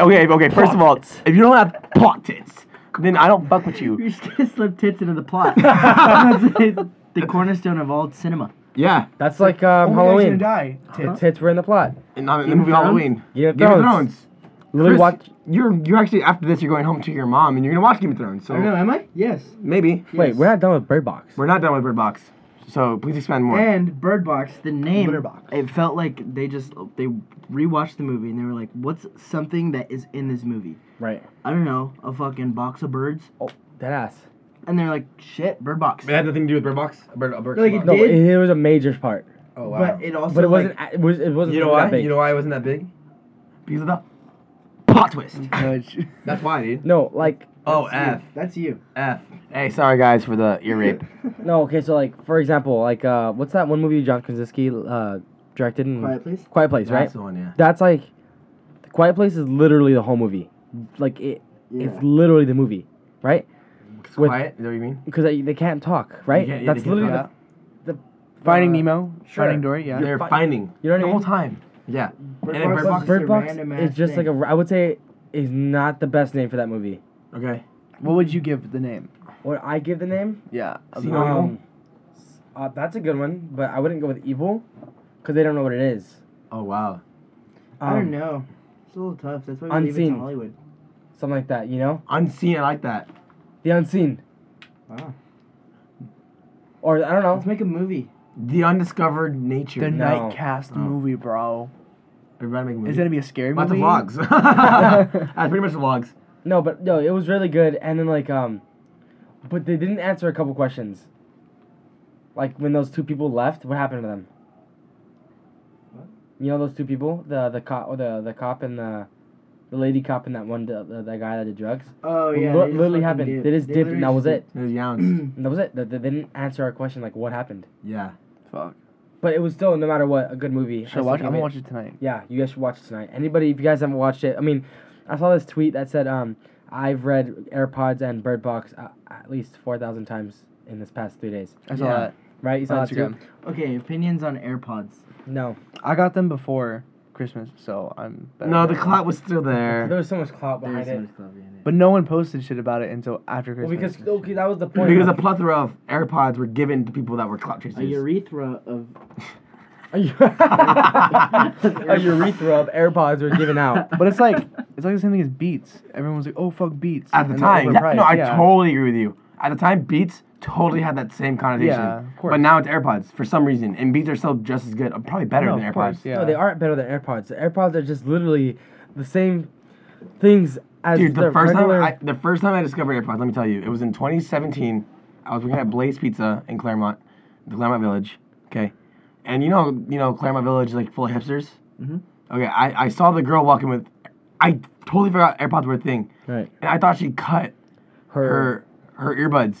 Speaker 1: okay, okay. First of all,
Speaker 2: Plot tits.
Speaker 1: if you don't have plot tits, then I don't fuck with you.
Speaker 4: You're just *laughs* gonna slip tits into the plot. That's it. the cornerstone of all cinema.
Speaker 1: Yeah,
Speaker 2: That's like um,
Speaker 3: Only
Speaker 2: Halloween.
Speaker 3: gonna die.
Speaker 2: The tits were in the plot.
Speaker 1: and not in the
Speaker 4: Game of
Speaker 1: movie
Speaker 4: Thrones?
Speaker 1: Halloween.
Speaker 2: Game of
Speaker 1: Game of
Speaker 2: Thrones.
Speaker 1: Thrones.
Speaker 2: Literally
Speaker 1: Chris,
Speaker 2: watch.
Speaker 1: You're you're actually after this, you're going home to your mom, and you're gonna watch Game of Thrones. So
Speaker 4: am I? Yes.
Speaker 1: maybe
Speaker 2: Wait, we're not done with Bird Box.
Speaker 1: we're not done with Bird Box. So please expand more.
Speaker 4: And Bird Box, the name.
Speaker 3: Bird Box.
Speaker 4: It felt like they just they rewatched the movie and they were like, "What's something that is in this movie?"
Speaker 2: Right.
Speaker 4: I don't know, a fucking box of birds.
Speaker 2: Oh, that ass.
Speaker 4: And they're like, "Shit, Bird Box."
Speaker 1: had nothing to do with Bird Box. Bird, Bird
Speaker 4: Like, it
Speaker 2: No,
Speaker 4: did?
Speaker 2: it, it was a major part,
Speaker 1: Oh
Speaker 4: But it also
Speaker 2: but it
Speaker 4: like,
Speaker 2: wasn't. a- it was. It wasn't.
Speaker 1: You know
Speaker 2: that
Speaker 1: why?
Speaker 2: big.
Speaker 1: You know why it wasn't that big? Because of the plot twist.
Speaker 3: Judge.
Speaker 1: That's why, dude.
Speaker 2: No, like
Speaker 1: Oh,
Speaker 4: That's
Speaker 1: F.
Speaker 4: you. That's you.
Speaker 1: F. Hey, sorry guys for the ear *laughs* rape.
Speaker 2: no. Okay, so like for example, like uh, what's that one movie John Krasinski uh directed? In
Speaker 4: Quiet Place?
Speaker 2: Quiet Place, right?
Speaker 1: That's the one, yeah.
Speaker 2: That's like, the Quiet Place is literally the whole movie. Like it,
Speaker 4: Yeah.
Speaker 2: it's literally the movie, right? With-
Speaker 1: Quiet, is that what you mean?
Speaker 2: Because they, they can't talk, right?
Speaker 1: Yeah, yeah, they
Speaker 2: That's
Speaker 1: can't
Speaker 2: literally
Speaker 1: talk.
Speaker 2: the, the
Speaker 3: Finding
Speaker 2: uh,
Speaker 3: Nemo.
Speaker 2: sure.
Speaker 3: Finding Dory. Yeah.
Speaker 1: They're
Speaker 2: fi-
Speaker 1: finding.
Speaker 2: you know what I
Speaker 1: The whole
Speaker 2: mean?
Speaker 1: time. Yeah.
Speaker 4: Bird
Speaker 1: And then
Speaker 4: Box
Speaker 1: Bird
Speaker 4: was
Speaker 1: Box-
Speaker 4: just
Speaker 2: Bird
Speaker 4: a
Speaker 2: Box
Speaker 4: random
Speaker 2: is
Speaker 4: ass
Speaker 2: just
Speaker 4: thing.
Speaker 2: like a. I would say is not the best name for that movie.
Speaker 1: Okay.
Speaker 3: What would you give the name?
Speaker 2: What I give the name? Um,
Speaker 3: Yeah.
Speaker 1: See, no, you don't?
Speaker 2: uh, that's a good one, but I wouldn't go with evil, because they don't know what it is.
Speaker 1: Oh wow.
Speaker 4: I
Speaker 2: Um,
Speaker 4: don't know. It's a little tough. That's why we leave it to
Speaker 2: Unseen.
Speaker 4: Hollywood.
Speaker 2: Something like that, you know,
Speaker 1: Unseen, I like that.
Speaker 2: the unseen,
Speaker 4: Wow.
Speaker 2: or I don't know.
Speaker 4: Let's make a movie.
Speaker 1: The undiscovered nature.
Speaker 3: The
Speaker 2: No.
Speaker 3: Nightcast
Speaker 1: No.
Speaker 3: movie, bro.
Speaker 1: Everybody make a movie.
Speaker 3: Is it gonna be a scary
Speaker 1: Lots of
Speaker 3: movie?
Speaker 1: vlogs. *laughs* That's pretty much the vlogs.
Speaker 2: No, but no, it was really good. And then like um, but they didn't answer a couple questions. Like when those two people left, what happened to them?
Speaker 4: What?
Speaker 2: You know those two people, the the cop, or the the cop and the, the lady cop and that one the, the, that guy that did drugs.
Speaker 4: Oh
Speaker 2: Li-
Speaker 4: yeah. they just
Speaker 2: literally
Speaker 4: fucking
Speaker 2: happened.
Speaker 4: dipped.
Speaker 2: They just dipped,
Speaker 4: literally
Speaker 2: and that
Speaker 4: just
Speaker 2: was it.
Speaker 4: dipped.
Speaker 1: There's yawns.
Speaker 2: And that was it. They, they didn't answer our question like what happened.
Speaker 1: yeah.
Speaker 3: Fuck.
Speaker 2: But it was still no matter what a good movie.
Speaker 3: Should I
Speaker 2: I
Speaker 3: watch? I'm
Speaker 2: still
Speaker 3: gonna
Speaker 2: gave
Speaker 3: watch it tonight.
Speaker 2: yeah, you guys should watch it tonight. Anybody, if you guys haven't watched it, I mean, I saw this tweet that said, um, I've read AirPods and Bird Box uh, at least 4,000 times in this past three days.
Speaker 3: I saw
Speaker 1: Yeah.
Speaker 3: that.
Speaker 2: Right? You saw
Speaker 3: on
Speaker 2: that too?
Speaker 3: Instagram.
Speaker 4: Okay, opinions on AirPods.
Speaker 2: No.
Speaker 3: I got them before Christmas, so I'm. better
Speaker 1: No, the
Speaker 3: right
Speaker 1: clout
Speaker 3: now.
Speaker 1: was still
Speaker 2: There *laughs*
Speaker 1: there.
Speaker 2: was so much clout behind it.
Speaker 3: But no one posted shit about it until after
Speaker 2: Well,
Speaker 3: Christmas.
Speaker 2: because, okay, that
Speaker 1: *laughs*
Speaker 2: was the point.
Speaker 1: Because a plethora of AirPods were given to people that were clout
Speaker 4: a
Speaker 1: chasers.
Speaker 4: urethra of
Speaker 2: a, *laughs* u- a urethra of AirPods were given out.
Speaker 1: *laughs*
Speaker 3: but it's like it's like the same thing as Beats. Everyone's like, oh fuck Beats.
Speaker 1: At the
Speaker 3: and they're
Speaker 1: time, yeah,
Speaker 3: overpriced,
Speaker 1: no, I
Speaker 3: yeah.
Speaker 1: totally agree with you. At the time, Beats totally had that same connotation.
Speaker 3: Yeah, of course.
Speaker 1: But now it's AirPods for some reason, and Beats are still just as good, uh, probably better
Speaker 3: No,
Speaker 1: than AirPods.
Speaker 3: of course, yeah.
Speaker 2: No, they aren't better than AirPods. The AirPods are just literally the same things as
Speaker 1: Dude, the
Speaker 2: their
Speaker 1: first
Speaker 2: regular...
Speaker 1: time I, the first time I discovered AirPods, let me tell you, it was in 2017. I was working at Blaze Pizza in Claremont, the Claremont Village. Okay, and you know, you know, Claremont Village is like full of hipsters.
Speaker 3: Mm-hmm.
Speaker 4: Mhm.
Speaker 1: Okay, I, I saw the girl walking with, I totally forgot AirPods were a thing,
Speaker 2: Right.
Speaker 1: and I thought she cut
Speaker 2: her,
Speaker 1: her her earbuds,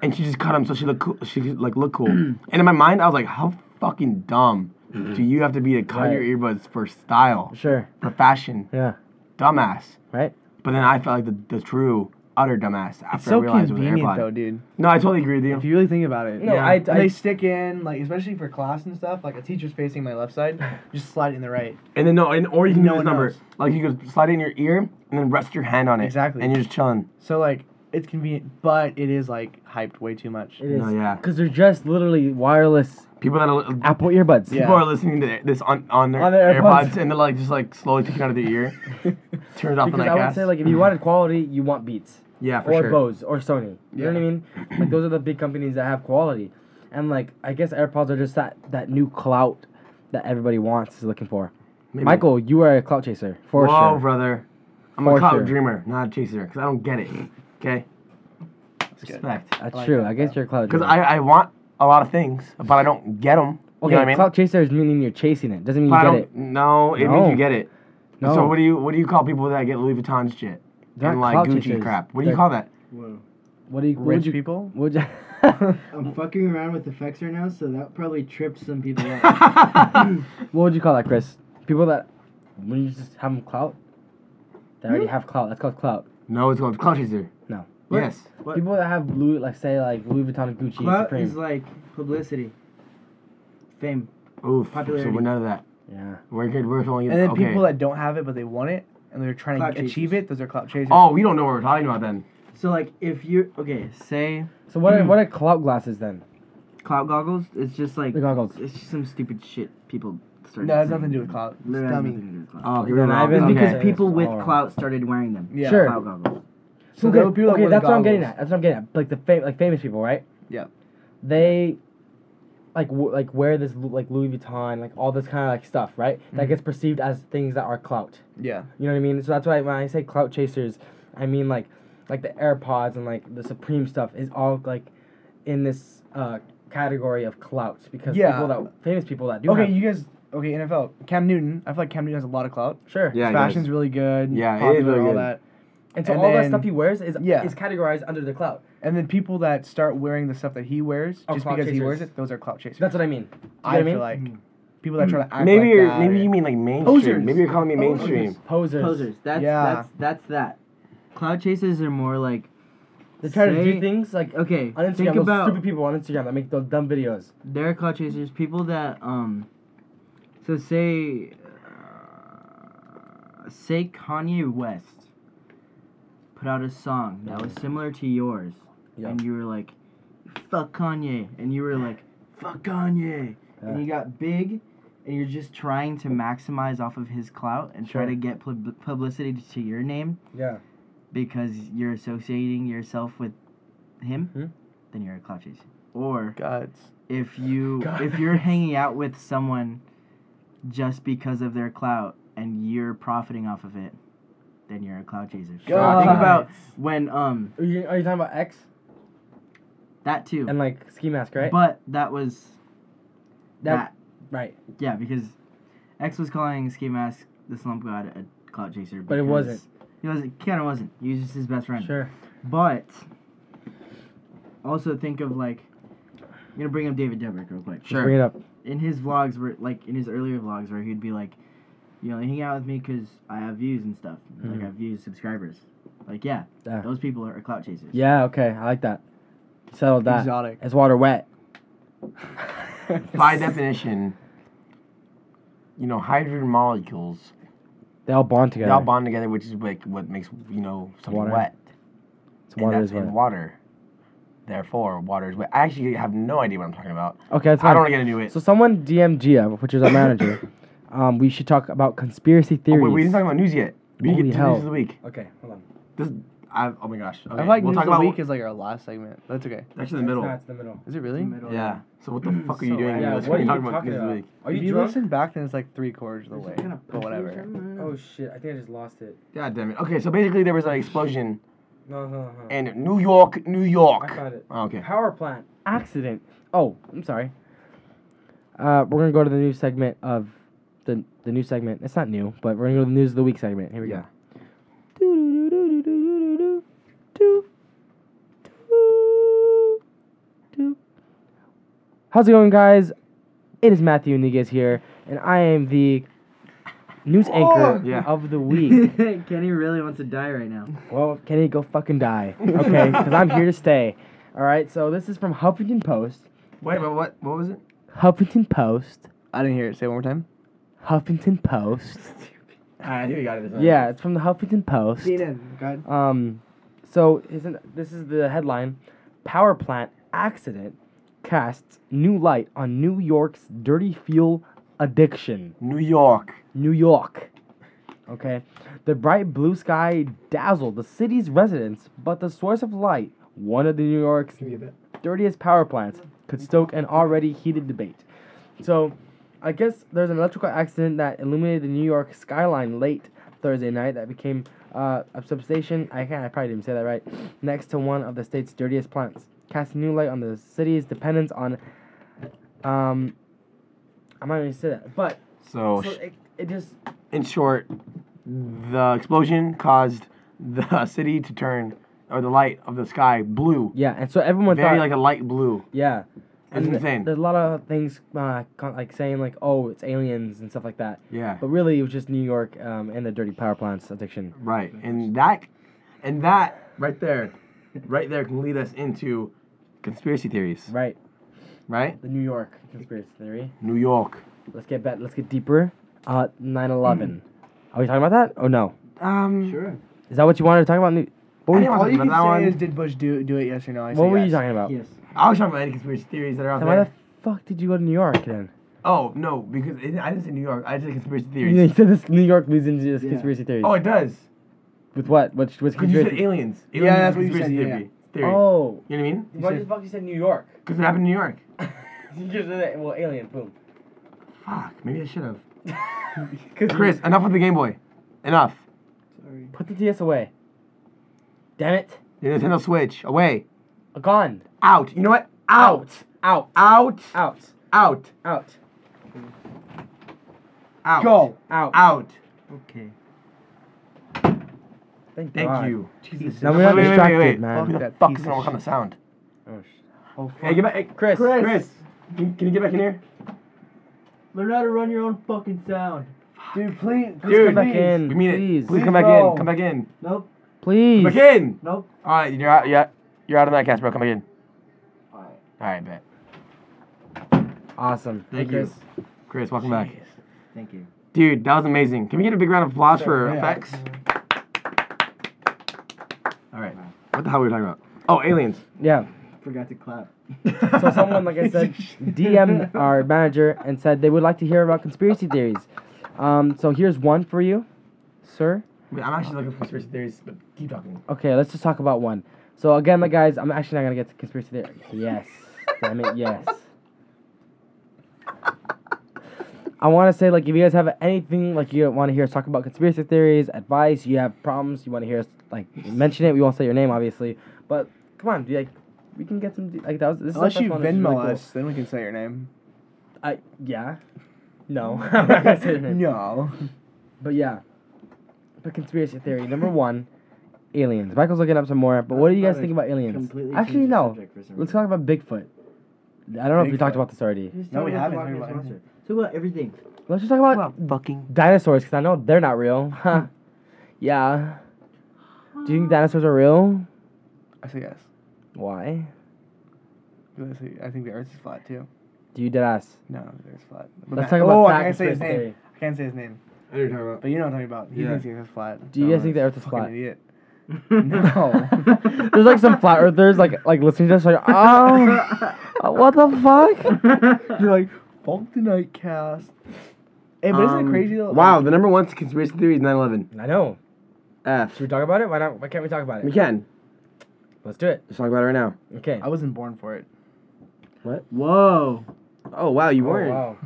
Speaker 1: and she just cut them so she looked cool. She could, like look
Speaker 3: *clears throat*
Speaker 1: cool. and in my mind, I was like, how fucking dumb do you have to be to cut your earbuds for style,
Speaker 2: sure,
Speaker 1: for fashion,
Speaker 2: yeah,
Speaker 1: dumbass?
Speaker 2: right.
Speaker 1: But then I felt like the, the true utter dumbass after I
Speaker 3: So
Speaker 1: realized it was an
Speaker 3: convenient
Speaker 1: AirPod.
Speaker 3: though, dude.
Speaker 1: No, I totally agree with you.
Speaker 3: If you really think about it.
Speaker 2: No,
Speaker 1: Yeah.
Speaker 2: I,
Speaker 1: And
Speaker 3: And
Speaker 2: I
Speaker 3: they stick in, like especially for class and stuff. Like a teacher's facing my left side, just slide it in the right.
Speaker 1: And then no, and or you can do
Speaker 3: No
Speaker 1: this
Speaker 3: one
Speaker 1: number.
Speaker 3: knows.
Speaker 1: Like you could slide it in your ear and then rest your hand on it.
Speaker 3: Exactly.
Speaker 1: And you're just chilling.
Speaker 3: So like it's convenient, but it is like hyped way too much.
Speaker 2: it is
Speaker 1: No, yeah.
Speaker 2: because they're just literally wireless
Speaker 1: People that are
Speaker 2: Apple earbuds.
Speaker 3: Yeah.
Speaker 1: people are listening to this on on their,
Speaker 2: On their
Speaker 1: AirPods.
Speaker 2: AirPods.
Speaker 1: and they're like just like slowly taking out of their ear.
Speaker 3: *laughs*
Speaker 1: Turns off the
Speaker 2: Because I would
Speaker 1: nightcast.
Speaker 2: say like if you wanted quality, you want Beats.
Speaker 1: yeah, for
Speaker 2: or
Speaker 1: sure.
Speaker 2: Bose or Sony. You know
Speaker 3: Yeah.
Speaker 2: what I mean? Like those are the big companies that have quality, and like I guess AirPods are just that that new clout that everybody wants is looking for.
Speaker 1: Maybe.
Speaker 2: Michael, you are a clout chaser for
Speaker 1: Whoa,
Speaker 2: sure.
Speaker 1: brother. I'm a
Speaker 2: For
Speaker 1: cloud
Speaker 2: sure.
Speaker 1: dreamer, not a chaser, because I don't get it. Okay?
Speaker 3: good.
Speaker 1: Respect.
Speaker 2: That's
Speaker 3: I like
Speaker 2: true.
Speaker 3: that,
Speaker 2: I guess
Speaker 3: though.
Speaker 2: you're a clout.
Speaker 1: Because
Speaker 2: chaser.
Speaker 1: I, I want a lot of things, but I don't get them.
Speaker 2: okay,
Speaker 1: you know what I mean?
Speaker 2: clout chaser is meaning you're chasing it. Doesn't mean
Speaker 1: but
Speaker 2: you
Speaker 1: I
Speaker 2: get
Speaker 1: don't,
Speaker 2: it.
Speaker 1: No, it means
Speaker 2: No.
Speaker 1: you get it.
Speaker 2: No.
Speaker 1: So what do you what do you call people that get Louis Vuitton shit?
Speaker 2: They're
Speaker 1: and like
Speaker 2: not clout
Speaker 1: Gucci
Speaker 2: chasers.
Speaker 1: crap. What do you
Speaker 2: They're-
Speaker 1: call
Speaker 2: *laughs*
Speaker 1: that? *laughs*
Speaker 4: Whoa.
Speaker 2: What do you? What
Speaker 3: Rich
Speaker 2: would you?
Speaker 3: people.
Speaker 2: Would you? *laughs*
Speaker 1: *laughs*
Speaker 4: I'm fucking around with effects right now, so that probably trips some people
Speaker 1: *laughs*
Speaker 4: out.
Speaker 1: I
Speaker 2: what would you call that, Chris? People that when you just have them clout, they already have clout. That's called clout.
Speaker 1: no, it's called clout chaser.
Speaker 2: No.
Speaker 1: Yes.
Speaker 4: What?
Speaker 2: People that have Louis, like say like Louis Vuitton, and Gucci,
Speaker 4: Clout
Speaker 2: Supreme.
Speaker 4: is like publicity, fame.
Speaker 1: Oof. So
Speaker 4: Popularity.
Speaker 1: we're none of that.
Speaker 2: yeah.
Speaker 1: We're good. We're only
Speaker 3: And then
Speaker 1: okay.
Speaker 3: people that don't have it but they want it and they're trying
Speaker 4: Clout
Speaker 3: to achieve
Speaker 4: chasers.
Speaker 3: it, those are clout chasers.
Speaker 1: oh, we don't know what we're talking about then.
Speaker 4: So like if you're okay, say
Speaker 2: So what are,
Speaker 3: Hmm.
Speaker 2: what are clout glasses then?
Speaker 4: clout goggles. It's just like
Speaker 2: The goggles.
Speaker 4: it's just some stupid shit people started.
Speaker 3: No, it has
Speaker 4: saying.
Speaker 3: nothing to do with clout. It's
Speaker 4: Literally has
Speaker 3: dummy.
Speaker 4: nothing to do with clout.
Speaker 1: Oh,
Speaker 2: Then
Speaker 1: you're
Speaker 2: I've
Speaker 1: wrong.
Speaker 2: been-
Speaker 4: It's
Speaker 1: okay.
Speaker 4: because
Speaker 2: Okay.
Speaker 4: people with
Speaker 2: Oh.
Speaker 4: clout started wearing them.
Speaker 3: Yeah.
Speaker 2: Sure.
Speaker 4: Clout goggles.
Speaker 3: So
Speaker 2: okay,
Speaker 3: there were people that
Speaker 2: okay,
Speaker 3: wore the
Speaker 2: that's what I'm getting
Speaker 3: goggles.
Speaker 2: at. That's what I'm getting at. Like the fam- like famous people, right?
Speaker 3: Yeah.
Speaker 2: They like w- like wear this lu- like Louis Vuitton, like all this kind of like stuff, right?
Speaker 3: Hmm.
Speaker 2: That gets perceived as things that are clout.
Speaker 3: Yeah.
Speaker 2: You know what I mean? So that's why when I say clout chasers, I mean like like the AirPods and like the Supreme stuff is all like in this uh category of clout because
Speaker 3: Yeah.
Speaker 2: people that famous people that do
Speaker 3: Okay,
Speaker 2: have-
Speaker 3: you guys. Okay, NFL. Cam Newton. I feel like Cam Newton has a lot of clout.
Speaker 2: sure.
Speaker 1: Yeah,
Speaker 3: His
Speaker 1: he
Speaker 3: fashion's
Speaker 1: does.
Speaker 3: really good.
Speaker 1: Yeah, it is
Speaker 3: popular,
Speaker 1: really
Speaker 3: all
Speaker 1: good.
Speaker 3: that.
Speaker 2: And so
Speaker 3: And
Speaker 2: all that
Speaker 3: then-
Speaker 2: stuff he wears is
Speaker 3: Yeah.
Speaker 2: is categorized under the clout.
Speaker 3: And then people that start wearing the stuff that he wears
Speaker 2: Are
Speaker 3: just
Speaker 2: clout
Speaker 3: because he wears
Speaker 2: Oh, chasers.
Speaker 3: it, those are clout chasers.
Speaker 2: That's what I mean. You know
Speaker 3: I,
Speaker 2: what mean?
Speaker 3: feel like people that try to act
Speaker 1: Maybe
Speaker 3: like
Speaker 1: you're,
Speaker 3: that
Speaker 1: maybe
Speaker 3: or-
Speaker 1: you mean like mainstream.
Speaker 3: Posers.
Speaker 1: Maybe you're calling me mainstream.
Speaker 2: posers.
Speaker 4: Posers. That's
Speaker 3: Yeah.
Speaker 4: that's that's that. Cloud chasers are more like
Speaker 2: They try to do
Speaker 4: Say-
Speaker 2: things like
Speaker 4: okay.
Speaker 2: on Instagram.
Speaker 4: think
Speaker 2: those
Speaker 4: about
Speaker 2: stupid people on Instagram that make those dumb videos.
Speaker 4: there are cloud chasers. People that um, so say uh, say Kanye West put out a song that was similar to yours,
Speaker 2: Yeah.
Speaker 4: and you were like, "Fuck Kanye," and you were like, "Fuck Kanye," and
Speaker 2: Yeah.
Speaker 4: you got big. And you're just trying to maximize off of his clout and try
Speaker 2: Sure.
Speaker 4: to get pub- publicity to your name.
Speaker 2: Yeah.
Speaker 4: because you're associating yourself with him,
Speaker 2: Hmm?
Speaker 4: then you're a clout chaser. Or
Speaker 3: Gods.
Speaker 4: if you
Speaker 2: God.
Speaker 4: if you're hanging out with someone just because of their clout and you're profiting off of it, then you're a clout chaser. So
Speaker 1: Gods.
Speaker 4: Think about when um
Speaker 2: Are you, are you talking about X
Speaker 4: that too,
Speaker 2: and like ski mask, right?
Speaker 4: but that was that,
Speaker 2: right.
Speaker 4: yeah because X was calling Ski Mask the Slump God a clout chaser,
Speaker 2: But it
Speaker 4: because
Speaker 2: wasn't.
Speaker 4: He wasn't. Kind of wasn't. He was just his best friend.
Speaker 2: Sure.
Speaker 4: But also think of like I'm gonna bring up David Dobrik real quick.
Speaker 2: Bring it up.
Speaker 4: In his vlogs, where like in his earlier vlogs, where he'd be like, you know, hang out with me because I have views and stuff. Like
Speaker 2: Mhm.
Speaker 4: I have views, subscribers. Like yeah,
Speaker 2: Yeah.
Speaker 4: those people are, are clout chasers.
Speaker 2: Yeah. Okay. I like that. Settled that.
Speaker 3: Exotic.
Speaker 2: It's water wet.
Speaker 1: By definition, you know, hydrogen molecules
Speaker 2: They all bond together.
Speaker 1: they all bond together, which is like what makes you know something
Speaker 2: Water.
Speaker 1: wet.
Speaker 2: It's
Speaker 1: And
Speaker 2: water
Speaker 1: that's
Speaker 2: is wet.
Speaker 1: in water. Therefore, water is wet. I actually have no idea what I'm talking about.
Speaker 2: Okay. That's
Speaker 1: I don't
Speaker 2: fine.
Speaker 1: want to get into it.
Speaker 2: So someone DM Gia, which is our manager. *coughs* Um, we should talk about conspiracy
Speaker 1: Oh,
Speaker 2: theories.
Speaker 1: wait, we didn't talk about news yet. We didn't get
Speaker 2: Holy
Speaker 1: to
Speaker 2: hell.
Speaker 1: news of the week.
Speaker 2: okay. Hold on.
Speaker 1: This, I, oh my gosh. Okay,
Speaker 3: I feel like
Speaker 1: we'll
Speaker 3: news
Speaker 1: talk
Speaker 3: of
Speaker 1: about
Speaker 3: the week is like our last segment. That's okay.
Speaker 1: actually in the middle.
Speaker 2: the middle.
Speaker 3: Is it really?
Speaker 1: Yeah. So what the fuck are you
Speaker 4: So,
Speaker 1: doing?
Speaker 4: yeah,
Speaker 1: here? Let's
Speaker 4: what are
Speaker 1: talk
Speaker 2: you
Speaker 1: about
Speaker 2: talking
Speaker 1: news of the
Speaker 2: about?
Speaker 1: week.
Speaker 2: Are
Speaker 3: if
Speaker 2: you
Speaker 3: you
Speaker 2: drunk?
Speaker 3: listen back, then it's like three quarters of the way.
Speaker 4: Kind of
Speaker 3: But whatever.
Speaker 4: *laughs*
Speaker 2: Oh shit! I think I just lost it.
Speaker 1: God damn it. Okay, so basically there was an explosion
Speaker 2: No, no, no.
Speaker 1: in New York, New York.
Speaker 2: I found it.
Speaker 1: Oh, okay.
Speaker 2: Power plant accident. Oh, I'm sorry. Uh, we're gonna go to the new segment of the the new segment. It's not new, but we're gonna go to the news of the week segment. Here we
Speaker 1: Yeah.
Speaker 2: go. How's it going, guys? It is Matthew Niguez here, and I am the news anchor
Speaker 1: Yeah.
Speaker 2: of the week.
Speaker 4: Kenny really wants to die
Speaker 3: *laughs*
Speaker 4: right now.
Speaker 2: well, Kenny, go fucking die, okay? Because I'm here to stay. All right, so this is from Huffington Post.
Speaker 1: Wait, but what? What was it?
Speaker 2: Huffington Post.
Speaker 3: I didn't hear it. Say it one more time.
Speaker 2: Huffington Post. Ah,
Speaker 1: I knew you got it.
Speaker 2: Yeah, it's from the Huffington Post.
Speaker 3: God.
Speaker 2: Um, so isn't this is the headline? Power plant accident casts new light on New York's dirty fuel addiction.
Speaker 1: New York.
Speaker 2: New York. Okay. The bright blue sky dazzled the city's residents, but the source of light, one of the New York's dirtiest power plants, could stoke an already heated debate. So, I guess there's an electrical accident that illuminated the New York skyline late Thursday night that became uh, a substation. I can't. I probably didn't say that right. Next to one of the state's dirtiest plants, casting new light on the city's dependence on. Um, I'm not even gonna say that, but
Speaker 1: So,
Speaker 2: so
Speaker 1: sh-
Speaker 2: it, it just
Speaker 1: in short, the explosion caused the *laughs* city to turn, or the light of the sky blue,
Speaker 2: yeah, and so everyone
Speaker 1: very
Speaker 2: thought
Speaker 1: like a light blue.
Speaker 2: yeah,
Speaker 1: It's
Speaker 2: And th-
Speaker 1: insane.
Speaker 2: There's a lot of things uh, con- like saying like oh it's aliens and stuff like that,
Speaker 1: yeah.
Speaker 2: but really it was just New York um, and the dirty power plants addiction.
Speaker 1: Right, and that, and that right there, right there can lead us into conspiracy theories.
Speaker 2: Right,
Speaker 1: Right,
Speaker 2: the New York conspiracy theory.
Speaker 1: New York.
Speaker 2: Let's get bet. Let's get deeper. Uh, 9/11.
Speaker 1: Mm.
Speaker 2: Are we talking about that? Oh no,
Speaker 1: Um,
Speaker 4: Sure.
Speaker 2: is that what you wanted to talk about? New- what were you,
Speaker 1: Anyone-
Speaker 3: All you can
Speaker 1: Another
Speaker 3: say
Speaker 1: one?
Speaker 3: is, did Bush do do it? Yes or no? I say
Speaker 2: what were you
Speaker 3: yes.
Speaker 2: talking about?
Speaker 4: Yes.
Speaker 1: I was talking about any conspiracy theories that are out
Speaker 2: Then why
Speaker 1: there.
Speaker 2: the fuck did you go to New York then?
Speaker 1: oh no, because it, I didn't say New York. I said conspiracy
Speaker 2: You
Speaker 1: theories.
Speaker 2: said this New York leads into this
Speaker 4: Yeah.
Speaker 2: conspiracy theories.
Speaker 1: Oh, it does.
Speaker 2: with what? Which was
Speaker 1: Because you said
Speaker 2: conspiracy?
Speaker 1: aliens. aliens
Speaker 3: Yeah,
Speaker 1: is a
Speaker 3: that's what you
Speaker 1: conspiracy
Speaker 3: said, yeah,
Speaker 1: Theory. theory.
Speaker 2: Oh,
Speaker 1: You know what I mean?
Speaker 2: why the fuck you said New York? *laughs*
Speaker 1: Because it happened in New York.
Speaker 2: you just did it. Well, alien, boom.
Speaker 1: Fuck, maybe I should have.
Speaker 2: *laughs* Cause
Speaker 1: Chris, enough with the Game Boy. Enough.
Speaker 4: Sorry.
Speaker 2: put the DS away. Damn it.
Speaker 1: The Nintendo Switch away.
Speaker 2: Gone.
Speaker 1: Out. You know what? Out.
Speaker 2: Out.
Speaker 1: Out.
Speaker 2: Out.
Speaker 1: Out.
Speaker 2: Out.
Speaker 1: Out.
Speaker 3: Go.
Speaker 2: Out.
Speaker 1: Out.
Speaker 4: Okay.
Speaker 1: Thank
Speaker 2: Thank, God.
Speaker 1: you. Jesus.
Speaker 2: Now we're not distracted, man.
Speaker 1: Who the
Speaker 3: That
Speaker 1: fuck
Speaker 3: piece
Speaker 1: is
Speaker 3: of
Speaker 1: gonna work on the sound?
Speaker 2: Oh, sh-
Speaker 3: Oh, fuck.
Speaker 1: Hey, get back, hey, Chris.
Speaker 2: Chris.
Speaker 1: Chris, can, can you get back in here?
Speaker 4: Learn how to run your own fucking sound.
Speaker 3: Dude, please.
Speaker 1: Dude,
Speaker 2: come back in.
Speaker 1: We mean
Speaker 2: please.
Speaker 1: it. Please come
Speaker 3: Please
Speaker 1: back
Speaker 3: go.
Speaker 1: in. Come back in.
Speaker 4: Nope.
Speaker 2: Please.
Speaker 1: Come back in.
Speaker 4: Nope.
Speaker 1: All right, you're out. Yeah, you're out of that cast, bro. Come back in. All right, bet.
Speaker 2: Awesome.
Speaker 1: Thank
Speaker 2: Hey,
Speaker 1: you.
Speaker 2: Chris.
Speaker 1: Chris, welcome back.
Speaker 4: Thank you.
Speaker 1: Dude, that was amazing. Can we get a big round of applause for
Speaker 3: Yeah.
Speaker 1: effects? All right. What the hell were we talking about? Oh, aliens.
Speaker 2: Yeah.
Speaker 4: Forgot to clap.
Speaker 2: So someone,
Speaker 1: *laughs*
Speaker 2: like I said, DM'd our manager and said they would like to hear about conspiracy theories. Um, so here's one for you, sir.
Speaker 1: Wait, I'm actually looking for conspiracy theories, but keep talking.
Speaker 2: Okay, let's just talk about one. So again, like guys, I'm actually not gonna get to conspiracy theory. Yes, damn it, yes. I want to say like if you guys have anything like you want to hear us talk about conspiracy theories, advice, you have problems, you want to hear us like mention it. We won't say your name obviously, but come on, be like we can get some like that was this
Speaker 3: Unless
Speaker 2: is the first
Speaker 3: you
Speaker 2: one, this is
Speaker 3: Venmo
Speaker 2: really cool.
Speaker 3: us, then we can say your name.
Speaker 2: I yeah, no, *laughs* I'm not gonna say your name.
Speaker 3: no.
Speaker 2: But yeah, but conspiracy theory number one, aliens. Michael's looking up some more. But what do you guys think about aliens?
Speaker 4: Completely
Speaker 2: Actually,
Speaker 4: changed the
Speaker 2: no.
Speaker 4: subject for some
Speaker 2: Let's
Speaker 4: reason.
Speaker 2: talk about Bigfoot. I don't know if we
Speaker 3: Bigfoot.
Speaker 2: talked about this already.
Speaker 4: Just
Speaker 3: No,
Speaker 4: tell
Speaker 3: we
Speaker 4: me
Speaker 3: haven't
Speaker 4: about the
Speaker 3: talked
Speaker 4: podcast
Speaker 3: about
Speaker 4: sponsor. So about everything.
Speaker 2: Let's just talk about
Speaker 1: fucking.
Speaker 2: dinosaurs because I know they're not real. *laughs* Huh. yeah. Do you think dinosaurs are real?
Speaker 3: I say yes.
Speaker 2: Why?
Speaker 3: I say- I think the Earth is flat too.
Speaker 2: Do you dead
Speaker 4: *laughs*
Speaker 2: ass?
Speaker 3: No, the Earth's flat. But
Speaker 2: Let's
Speaker 3: Matt-
Speaker 2: talk about
Speaker 3: oh,
Speaker 2: that
Speaker 3: I can't say his
Speaker 2: conspiracy
Speaker 3: name.
Speaker 2: theory.
Speaker 3: I can't say his
Speaker 1: I know
Speaker 3: name.
Speaker 1: what you're talking
Speaker 3: But you know what I'm talking about. He
Speaker 1: Yeah.
Speaker 3: thinks the Earth's flat.
Speaker 2: Do you guys
Speaker 1: No,
Speaker 2: think the Earth is
Speaker 3: Fucking
Speaker 2: flat?
Speaker 3: idiot.
Speaker 2: *laughs* There's like some flat earthers like like listening to us like oh
Speaker 4: *laughs*
Speaker 2: uh, what the fuck?
Speaker 3: *laughs* You're like, fuck the nightcast. Hey, but
Speaker 1: Um,
Speaker 3: isn't it crazy though?
Speaker 1: Wow, the number one conspiracy theory is 9 11.
Speaker 2: I know.
Speaker 1: F.
Speaker 2: Should we talk about it? Why not? Why can't we talk about
Speaker 1: We
Speaker 2: it?
Speaker 1: can.
Speaker 2: Let's do it.
Speaker 1: Let's talk about it right now.
Speaker 2: Okay.
Speaker 3: I wasn't born for it.
Speaker 4: Whoa.
Speaker 1: Oh, wow, you
Speaker 2: Oh,
Speaker 1: weren't.
Speaker 2: wow.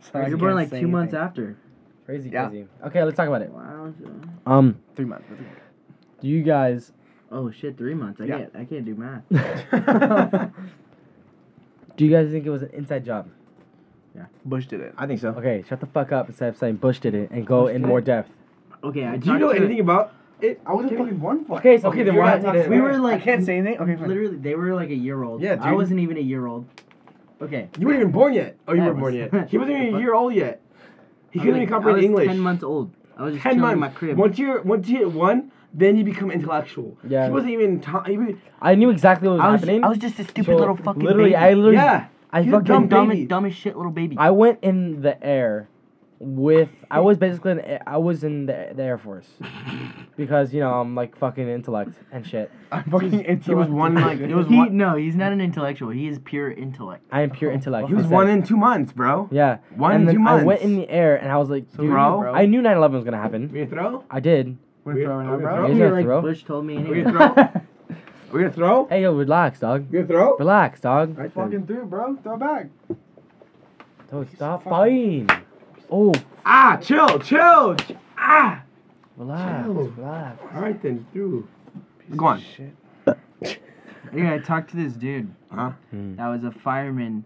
Speaker 2: *laughs*
Speaker 3: So I
Speaker 4: You're born
Speaker 3: can't
Speaker 4: like
Speaker 3: say
Speaker 4: two months
Speaker 3: anything.
Speaker 4: after.
Speaker 2: Crazy,
Speaker 3: Yeah.
Speaker 2: crazy. Okay, let's talk about it.
Speaker 4: Wow.
Speaker 2: Um,
Speaker 3: Three months.
Speaker 2: do you guys
Speaker 4: Oh shit, three months. I
Speaker 3: Yeah.
Speaker 4: can't. I can't do math.
Speaker 2: do you guys think it was an inside job?
Speaker 3: Bush did it.
Speaker 1: *laughs* I think so.
Speaker 2: Okay, shut the fuck up instead of saying Bush did it and go
Speaker 4: Bush
Speaker 2: in
Speaker 4: did
Speaker 2: more
Speaker 4: it?
Speaker 2: depth.
Speaker 4: Okay. I
Speaker 1: Do you know
Speaker 4: talked to-
Speaker 1: anything about it?
Speaker 3: I wasn't fucking born for
Speaker 2: Okay, so
Speaker 1: Okay, then
Speaker 2: you're
Speaker 1: why
Speaker 2: not
Speaker 1: not
Speaker 2: talking-
Speaker 1: today?
Speaker 4: We were
Speaker 3: I
Speaker 1: *laughs*
Speaker 4: like.
Speaker 3: can't say anything. Okay, fine.
Speaker 4: Literally, they were like a year old.
Speaker 1: Yeah,
Speaker 4: I
Speaker 1: dude.
Speaker 4: wasn't even a year old. Okay.
Speaker 1: You weren't even born yet. Oh, you
Speaker 4: I
Speaker 1: weren't born
Speaker 4: was-
Speaker 1: yet. He wasn't even a
Speaker 4: What?
Speaker 1: year old yet. He
Speaker 4: I
Speaker 1: couldn't even
Speaker 4: was, like- I
Speaker 1: comprehend
Speaker 4: was
Speaker 1: English.
Speaker 4: Ten months old. I was just
Speaker 1: Ten
Speaker 4: chilling
Speaker 1: months.
Speaker 4: in my crib.
Speaker 1: Once you're once you hit one, then you become intellectual.
Speaker 2: Yeah.
Speaker 1: He wasn't even. Ta- he was,
Speaker 2: I knew exactly what was,
Speaker 4: I was,
Speaker 2: happening.
Speaker 4: I was just a stupid
Speaker 2: so
Speaker 4: little fucking
Speaker 2: literally,
Speaker 4: baby.
Speaker 2: I literally,
Speaker 1: yeah.
Speaker 2: I
Speaker 1: You're
Speaker 2: fucking
Speaker 1: dumb,
Speaker 4: dumb,
Speaker 1: baby.
Speaker 4: and, dumb as shit little baby.
Speaker 2: I went in the air with I was basically in, the- I was in the, the Air Force because you know I'm like fucking intellect and shit.
Speaker 3: I'm fucking
Speaker 1: He was one like it
Speaker 3: *laughs*
Speaker 1: was
Speaker 4: he,
Speaker 1: one.
Speaker 4: no, he's not an intellectual. He is pure intellect.
Speaker 2: I am pure intellect.
Speaker 1: He was
Speaker 2: That's it.
Speaker 1: one in two months, bro.
Speaker 2: yeah.
Speaker 1: one in
Speaker 2: and then
Speaker 1: two
Speaker 2: I went
Speaker 1: months.
Speaker 2: in the air and I was like, dude,
Speaker 1: bro.
Speaker 2: I knew 9/11 was gonna happen.
Speaker 1: We gonna throw?
Speaker 2: I did.
Speaker 1: We gonna throw?
Speaker 2: Are
Speaker 1: right
Speaker 2: you
Speaker 1: now,
Speaker 2: gonna
Speaker 4: like
Speaker 2: throw?
Speaker 4: Bush told me.
Speaker 1: We
Speaker 4: Hey,
Speaker 1: gonna *laughs*
Speaker 2: *laughs*
Speaker 1: throw? We gonna throw?
Speaker 2: hey yo, relax, dog.
Speaker 1: We gonna throw?
Speaker 2: Relax, dog.
Speaker 1: I fucking threw, bro. Throw back.
Speaker 2: Dude, stop fighting. Oh,
Speaker 1: Ah, chill, chill. ch- Ah.
Speaker 2: relax,
Speaker 1: Chill.
Speaker 2: relax.
Speaker 1: All right then, through. Go on.
Speaker 4: yeah, I talked to this dude.
Speaker 1: Huh?
Speaker 4: That was a fireman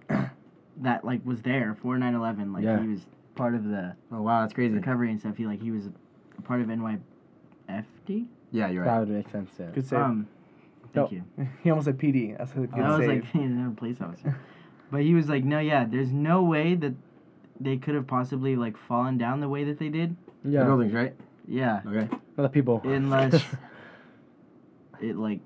Speaker 4: that like was there for 9/11. Like
Speaker 2: Yeah.
Speaker 4: he was part of the
Speaker 1: Oh wow, that's crazy.
Speaker 4: recovery and stuff. He like he was a part of NYFD.
Speaker 1: Yeah, you're
Speaker 2: That
Speaker 1: right.
Speaker 2: would make sense. Yeah.
Speaker 3: Good save.
Speaker 4: Um, thank
Speaker 2: No.
Speaker 4: you.
Speaker 3: *laughs* he almost said PD. That's a good
Speaker 4: I was
Speaker 3: save.
Speaker 4: like, *laughs* he's not a police officer. But he was like, no, yeah, there's no way that they could have possibly like fallen down the way that they did.
Speaker 1: The
Speaker 2: Yeah.
Speaker 1: buildings, right?
Speaker 4: Yeah,
Speaker 1: Okay. *laughs*
Speaker 2: Other people.
Speaker 4: unless it like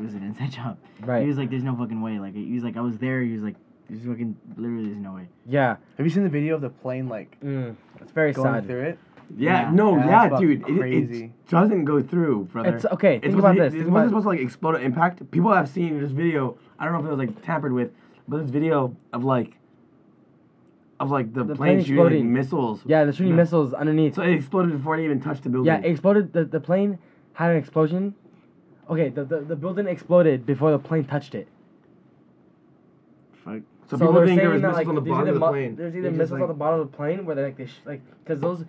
Speaker 4: was an inside *laughs* job.
Speaker 2: *laughs*
Speaker 4: He
Speaker 2: right.
Speaker 4: was like, there's no fucking way. Like he was like, I was there. He was like, there's fucking literally there's no way.
Speaker 2: Yeah.
Speaker 3: Have you seen the video of the plane like
Speaker 2: Mm. It's very
Speaker 3: going
Speaker 2: sad.
Speaker 3: through it?
Speaker 1: Yeah,
Speaker 4: Yeah.
Speaker 1: no,
Speaker 3: Yeah,
Speaker 1: yeah,
Speaker 3: that's
Speaker 1: dude.
Speaker 3: fucking
Speaker 1: It,
Speaker 3: crazy.
Speaker 1: it doesn't go through, brother.
Speaker 2: It's okay. Think
Speaker 1: supposed
Speaker 2: about
Speaker 1: to-
Speaker 2: this.
Speaker 1: It, wasn't
Speaker 2: Think about
Speaker 1: supposed to like explode or impact. People have seen this video. I don't know if it was like tampered with, but this video of like of like the,
Speaker 2: The plane
Speaker 1: plane, shooting like,
Speaker 2: exploding.
Speaker 1: missiles.
Speaker 2: Yeah, the shooting
Speaker 1: Yeah.
Speaker 2: missiles underneath.
Speaker 1: So it exploded before it even touched the building.
Speaker 2: yeah, it exploded. The, the plane had an explosion. Okay, the, the, the building exploded before the plane touched it.
Speaker 4: Fuck.
Speaker 1: so, people
Speaker 2: they're
Speaker 1: think there
Speaker 2: saying
Speaker 1: was
Speaker 2: that,
Speaker 1: missiles
Speaker 2: like,
Speaker 1: on the
Speaker 2: there's
Speaker 1: bottom
Speaker 2: either
Speaker 1: of the
Speaker 2: mu-
Speaker 1: plane.
Speaker 2: There's
Speaker 1: They're
Speaker 2: either
Speaker 1: just,
Speaker 2: missiles on
Speaker 1: like-
Speaker 2: the bottom of the plane where they like they sh- like because those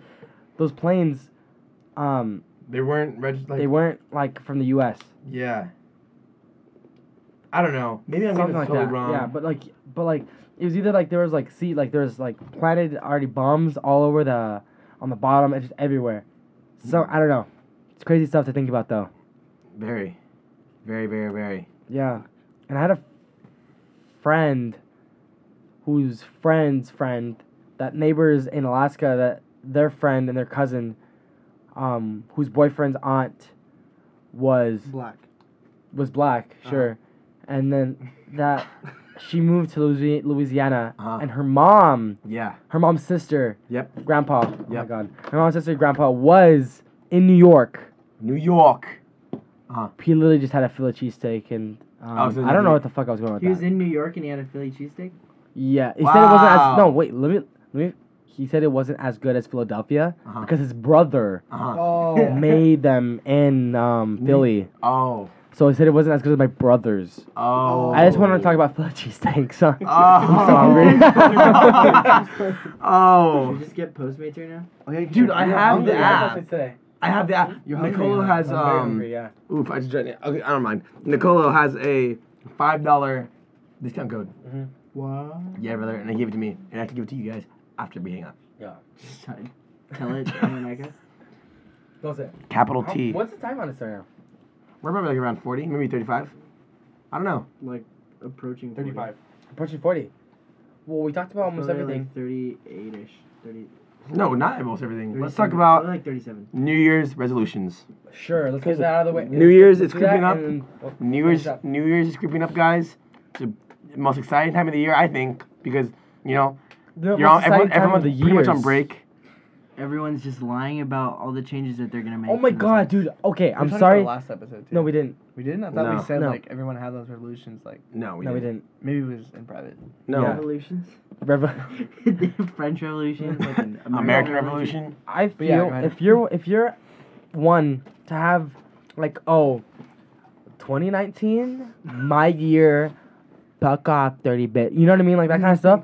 Speaker 2: those planes um
Speaker 1: They weren't registered. Like,
Speaker 2: they weren't like from the U.S.
Speaker 1: Yeah. I don't know. Maybe I'm
Speaker 2: something
Speaker 1: getting
Speaker 2: like
Speaker 1: totally
Speaker 2: that.
Speaker 1: wrong.
Speaker 2: Yeah, but like but like it was either like there was like see like there was like planted already bombs all over the on the bottom and just everywhere. So
Speaker 1: Mm.
Speaker 2: I don't know. It's crazy stuff to think about though.
Speaker 1: very, very, very, very.
Speaker 2: Yeah. And I had a friend whose friend's friend, that neighbors in Alaska, that their friend and their cousin, um, whose boyfriend's aunt was
Speaker 3: Black.
Speaker 2: was black,
Speaker 1: Uh-huh.
Speaker 2: sure. And then
Speaker 1: *laughs*
Speaker 2: that she moved to Louisi- Louisiana
Speaker 1: Uh-huh.
Speaker 2: and her mom,
Speaker 1: Yeah.
Speaker 2: her mom's sister,
Speaker 1: Yep.
Speaker 2: grandpa, oh my
Speaker 1: Yep.
Speaker 2: god. Her mom's sister, grandpa was in New York.
Speaker 1: New York.
Speaker 2: He literally just had a Philly cheesesteak and um,
Speaker 1: Oh, so
Speaker 2: I don't know
Speaker 1: you-
Speaker 2: what the fuck I was going with
Speaker 4: He
Speaker 2: that.
Speaker 4: was in New York and he had a Philly cheesesteak.
Speaker 2: Yeah, he said it wasn't
Speaker 1: Wow.
Speaker 2: as no. Wait, let me let me. He said it wasn't as good as Philadelphia
Speaker 1: Uh-huh.
Speaker 2: because his
Speaker 1: *laughs*
Speaker 2: brother
Speaker 1: Uh-huh.
Speaker 3: Oh.
Speaker 2: made them in um, Philly.
Speaker 1: Oh.
Speaker 2: So he said it wasn't as good as my brother's.
Speaker 1: Oh.
Speaker 2: I just wanted to talk about Philly cheesesteaks. So. *laughs*
Speaker 1: Oh.
Speaker 4: Should we
Speaker 1: *laughs* oh.
Speaker 4: just get Postmates right now?
Speaker 1: Dude, I have the app.
Speaker 2: today.
Speaker 1: I have the app. Nicolo has um.
Speaker 2: yeah.
Speaker 1: Oof, I just drank it. Okay, I don't mind. Nicolo has a five dollar discount code.
Speaker 4: Wow.
Speaker 1: Yeah, brother, and they gave it to me, and I have to give it to you guys after we hang up.
Speaker 4: Tell it. I mean, I *laughs* guess.
Speaker 2: That's it.
Speaker 1: Capital T.
Speaker 2: What's the time on this right now?
Speaker 1: We're probably like around forty, maybe thirty-five. I don't know.
Speaker 4: Like approaching 40.
Speaker 2: Approaching forty. Well, we talked about
Speaker 4: Probably
Speaker 2: almost everything.
Speaker 4: Like 38 ish. 30.
Speaker 1: No, not almost everything. Let's
Speaker 4: 37.
Speaker 1: talk about
Speaker 4: Probably like 37.
Speaker 1: New Year's resolutions.
Speaker 2: Sure, let's get that out of the way.
Speaker 1: New Year's, it's
Speaker 2: Let's do that
Speaker 1: creeping up.
Speaker 2: and- well,
Speaker 1: New Year's,
Speaker 2: finish up.
Speaker 1: New Year's is creeping up, guys. It's the most exciting time of the year, I think, because you know
Speaker 2: The
Speaker 1: you're
Speaker 2: most
Speaker 1: on everyone,
Speaker 2: exciting time
Speaker 1: everyone's
Speaker 2: of the
Speaker 1: pretty much on
Speaker 2: years.
Speaker 1: break.
Speaker 4: Everyone's just lying about all the changes that they're gonna make.
Speaker 2: Oh my
Speaker 4: and
Speaker 2: god,
Speaker 4: that's
Speaker 2: dude. Okay,
Speaker 3: We
Speaker 2: I'm
Speaker 3: talked
Speaker 2: sorry.
Speaker 3: About last episode too.
Speaker 2: No, we didn't.
Speaker 3: we didn't. I thought
Speaker 1: No.
Speaker 3: we said
Speaker 2: No.
Speaker 3: like everyone had those revolutions. Like
Speaker 1: No, we
Speaker 2: no, we
Speaker 1: didn't.
Speaker 2: didn't.
Speaker 3: maybe it was in private.
Speaker 1: No,
Speaker 2: Yeah.
Speaker 4: Revolutions.
Speaker 2: Rev-
Speaker 4: The *laughs* French Revolution. Like
Speaker 1: *laughs*
Speaker 2: *laughs*
Speaker 4: an American,
Speaker 1: American Revolution.
Speaker 2: I feel
Speaker 3: yeah, go ahead.
Speaker 2: if you're if you're one to have like oh 2019 my year buck off 30 bit you know what I mean like that kind of stuff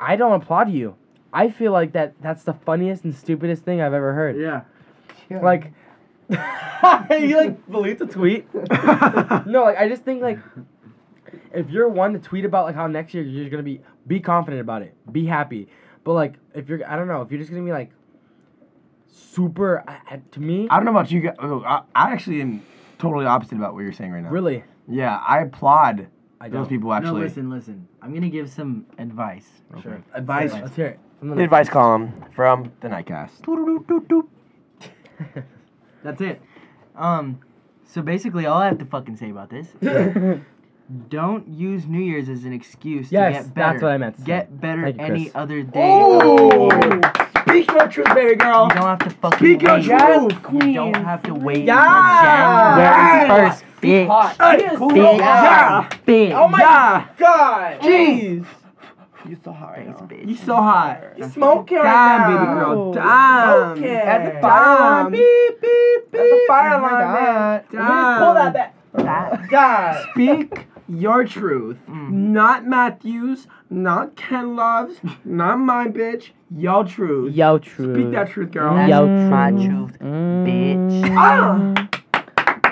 Speaker 2: I don't applaud you I feel like that that's the funniest and stupidest thing I've ever heard
Speaker 4: Yeah.
Speaker 2: like *laughs* you like believe the tweet no like I just think like if you're one to tweet about like how next year you're gonna be be confident about it be happy but like if you're I don't know if you're just gonna be like super I, I, to me
Speaker 1: *laughs* I don't know about oh, you guys. I, I actually am totally opposite about what you're saying right now.
Speaker 2: Really?
Speaker 1: Yeah, I applaud
Speaker 2: I
Speaker 1: Those people actually.
Speaker 4: No, listen, listen. I'm gonna give some advice. real
Speaker 2: Sure.
Speaker 4: quick.
Speaker 1: Advice.
Speaker 2: Let's hear it. I'm
Speaker 1: The
Speaker 2: gonna-
Speaker 1: advice column from the Nightcast.
Speaker 4: That's it. Um, so basically, all I have to fucking say about this.
Speaker 2: *laughs*
Speaker 4: Don't use New Year's as an excuse
Speaker 2: Yes,
Speaker 4: to get
Speaker 2: that's
Speaker 4: better.
Speaker 2: what I meant to say.
Speaker 4: Get better
Speaker 2: Thank you,
Speaker 4: any
Speaker 2: Chris.
Speaker 4: other day.
Speaker 1: Oh!
Speaker 4: of the year.
Speaker 1: Speak your truth, baby
Speaker 4: You
Speaker 2: Oh!
Speaker 1: girl.
Speaker 4: don't have to fucking
Speaker 1: Speak your
Speaker 4: wait.
Speaker 1: truth,
Speaker 4: You
Speaker 1: queen.
Speaker 4: don't have to wait.
Speaker 1: Yeah.
Speaker 4: until January
Speaker 1: Yes.
Speaker 4: first, bitch.
Speaker 1: Hey, cool.
Speaker 4: Bitch.
Speaker 1: Yeah.
Speaker 4: Bitch.
Speaker 1: Oh my God.
Speaker 4: Jeez.
Speaker 3: You so hot right
Speaker 4: Thanks,
Speaker 3: now.
Speaker 4: bitch.
Speaker 1: You so hot. You smoking right
Speaker 4: Damn,
Speaker 1: now.
Speaker 4: baby girl.
Speaker 3: Oh.
Speaker 4: Damn.
Speaker 1: Okay.
Speaker 4: That's a
Speaker 1: Damn.
Speaker 4: fire.
Speaker 1: Beep, beep, beep. That's a fire
Speaker 3: Oh my
Speaker 1: alarm, man. Let
Speaker 3: God.
Speaker 1: me just Pull that back. *laughs*
Speaker 4: That-
Speaker 1: God. Speak your truth.
Speaker 4: Mm.
Speaker 1: Not Matthews, not Ken Loves, *laughs* not mine, bitch. Your truth.
Speaker 2: Yo, true.
Speaker 1: Speak that truth, girl.
Speaker 4: That's
Speaker 2: Yo,
Speaker 4: my
Speaker 2: true.
Speaker 4: truth, bitch.
Speaker 1: Ah!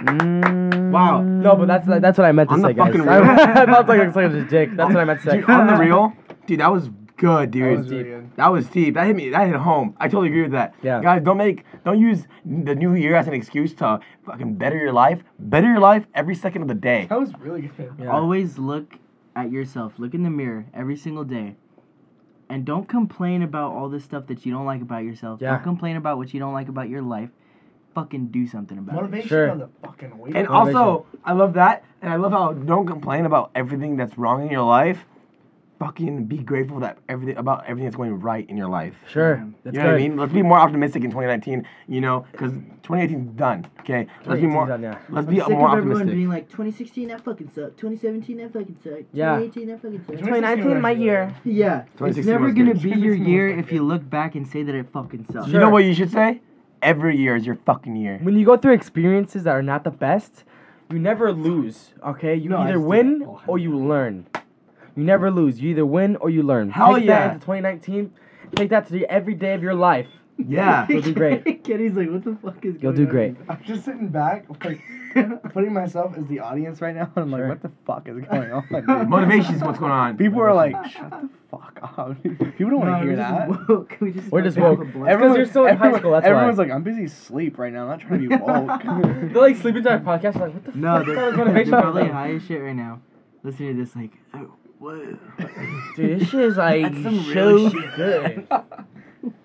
Speaker 2: Mm.
Speaker 1: Wow.
Speaker 2: No, but that's that's what I meant to
Speaker 1: On the
Speaker 2: say, guys.
Speaker 1: fucking
Speaker 2: *laughs* I,
Speaker 1: real.
Speaker 2: I felt like I was such a dick. That's what I meant to say.
Speaker 1: Dude, on the real, dude, that was good, dude.
Speaker 3: That was really good.
Speaker 1: That was deep. That hit me. That hit home. I totally agree with that.
Speaker 2: Yeah.
Speaker 1: Guys, don't make, don't use the new year as an excuse to fucking better your life. Better your life every second of the day.
Speaker 3: That was really good.
Speaker 2: Yeah.
Speaker 4: *laughs* Always look at yourself. Look in the mirror every single day. And don't complain about all the stuff that you don't like about yourself.
Speaker 2: Yeah.
Speaker 4: Don't complain about what you don't like about your life. Fucking do something about it.
Speaker 3: Motivation
Speaker 2: Sure.
Speaker 3: on the fucking way.
Speaker 1: And
Speaker 2: Motivation.
Speaker 1: also, I love that, and I love how don't complain about everything that's wrong in your life. Fucking be grateful that everything about everything that's going right in your life.
Speaker 2: *laughs*
Speaker 1: *laughs*
Speaker 2: Sure. That's
Speaker 1: you know
Speaker 2: good.
Speaker 1: what I mean? Let's be more optimistic in 2019. You know, because 2018 is done. Okay, let's be
Speaker 2: 2018's
Speaker 1: more.
Speaker 2: done, yeah.
Speaker 1: Let's
Speaker 4: I'm
Speaker 1: be
Speaker 4: sick
Speaker 1: more
Speaker 4: of everyone
Speaker 1: optimistic.
Speaker 4: being like 2016 that fucking sucked, 2017 that fucking sucked,
Speaker 2: Yeah.
Speaker 4: 2018 that fucking sucked.
Speaker 3: 2019 my year.
Speaker 4: Yeah, it's
Speaker 1: 2016
Speaker 4: never
Speaker 1: was
Speaker 4: gonna
Speaker 1: good.
Speaker 4: be your
Speaker 3: 2016 was
Speaker 4: year
Speaker 3: fucking
Speaker 4: if you look back and say that it fucking sucked. *laughs*
Speaker 1: You know what you should say? Every year is your fucking
Speaker 2: *laughs*
Speaker 1: year.
Speaker 2: When you go through experiences that are not the best, you never lose. Okay, you
Speaker 3: No, I
Speaker 2: either
Speaker 3: still-
Speaker 2: win
Speaker 3: oh, hell
Speaker 2: or you learn. You never lose. You either win or you learn.
Speaker 1: Hell
Speaker 2: Take
Speaker 1: yeah.
Speaker 2: that into 2019. Take that to the, every day of your life.
Speaker 1: Yeah.
Speaker 2: You'll do great.
Speaker 4: *laughs* Kenny's like, what the fuck is going
Speaker 2: You'll do
Speaker 4: on
Speaker 2: great.
Speaker 3: I'm just sitting back, like putting myself as the audience right now, and I'm
Speaker 2: Sure.
Speaker 3: like, what the fuck is going on? dude?
Speaker 1: Motivation is what's going on.
Speaker 3: People are like, shut the fuck up. *laughs* dude. People don't want to
Speaker 4: No,
Speaker 3: hear
Speaker 4: we
Speaker 3: that.
Speaker 4: just woke. *laughs* We just
Speaker 2: We're
Speaker 4: woke
Speaker 2: just
Speaker 4: up
Speaker 2: woke.
Speaker 4: a blunt.
Speaker 2: Every- 'Cause you're still in high
Speaker 3: everyone-
Speaker 2: school, that's why.
Speaker 3: everyone's like, I'm busy asleep right now. I'm not trying to be
Speaker 2: *laughs*
Speaker 3: woke.
Speaker 2: They're like sleeping to our podcast. Like what the
Speaker 4: No, *laughs*
Speaker 2: fuck? *laughs*
Speaker 4: they're,
Speaker 2: is that
Speaker 4: they're
Speaker 2: motivation?
Speaker 4: probably high as shit right now. Listen to this, like, oh, whoa.
Speaker 2: Dude, this shit is like
Speaker 4: That's some
Speaker 2: so
Speaker 4: real shit.
Speaker 2: good.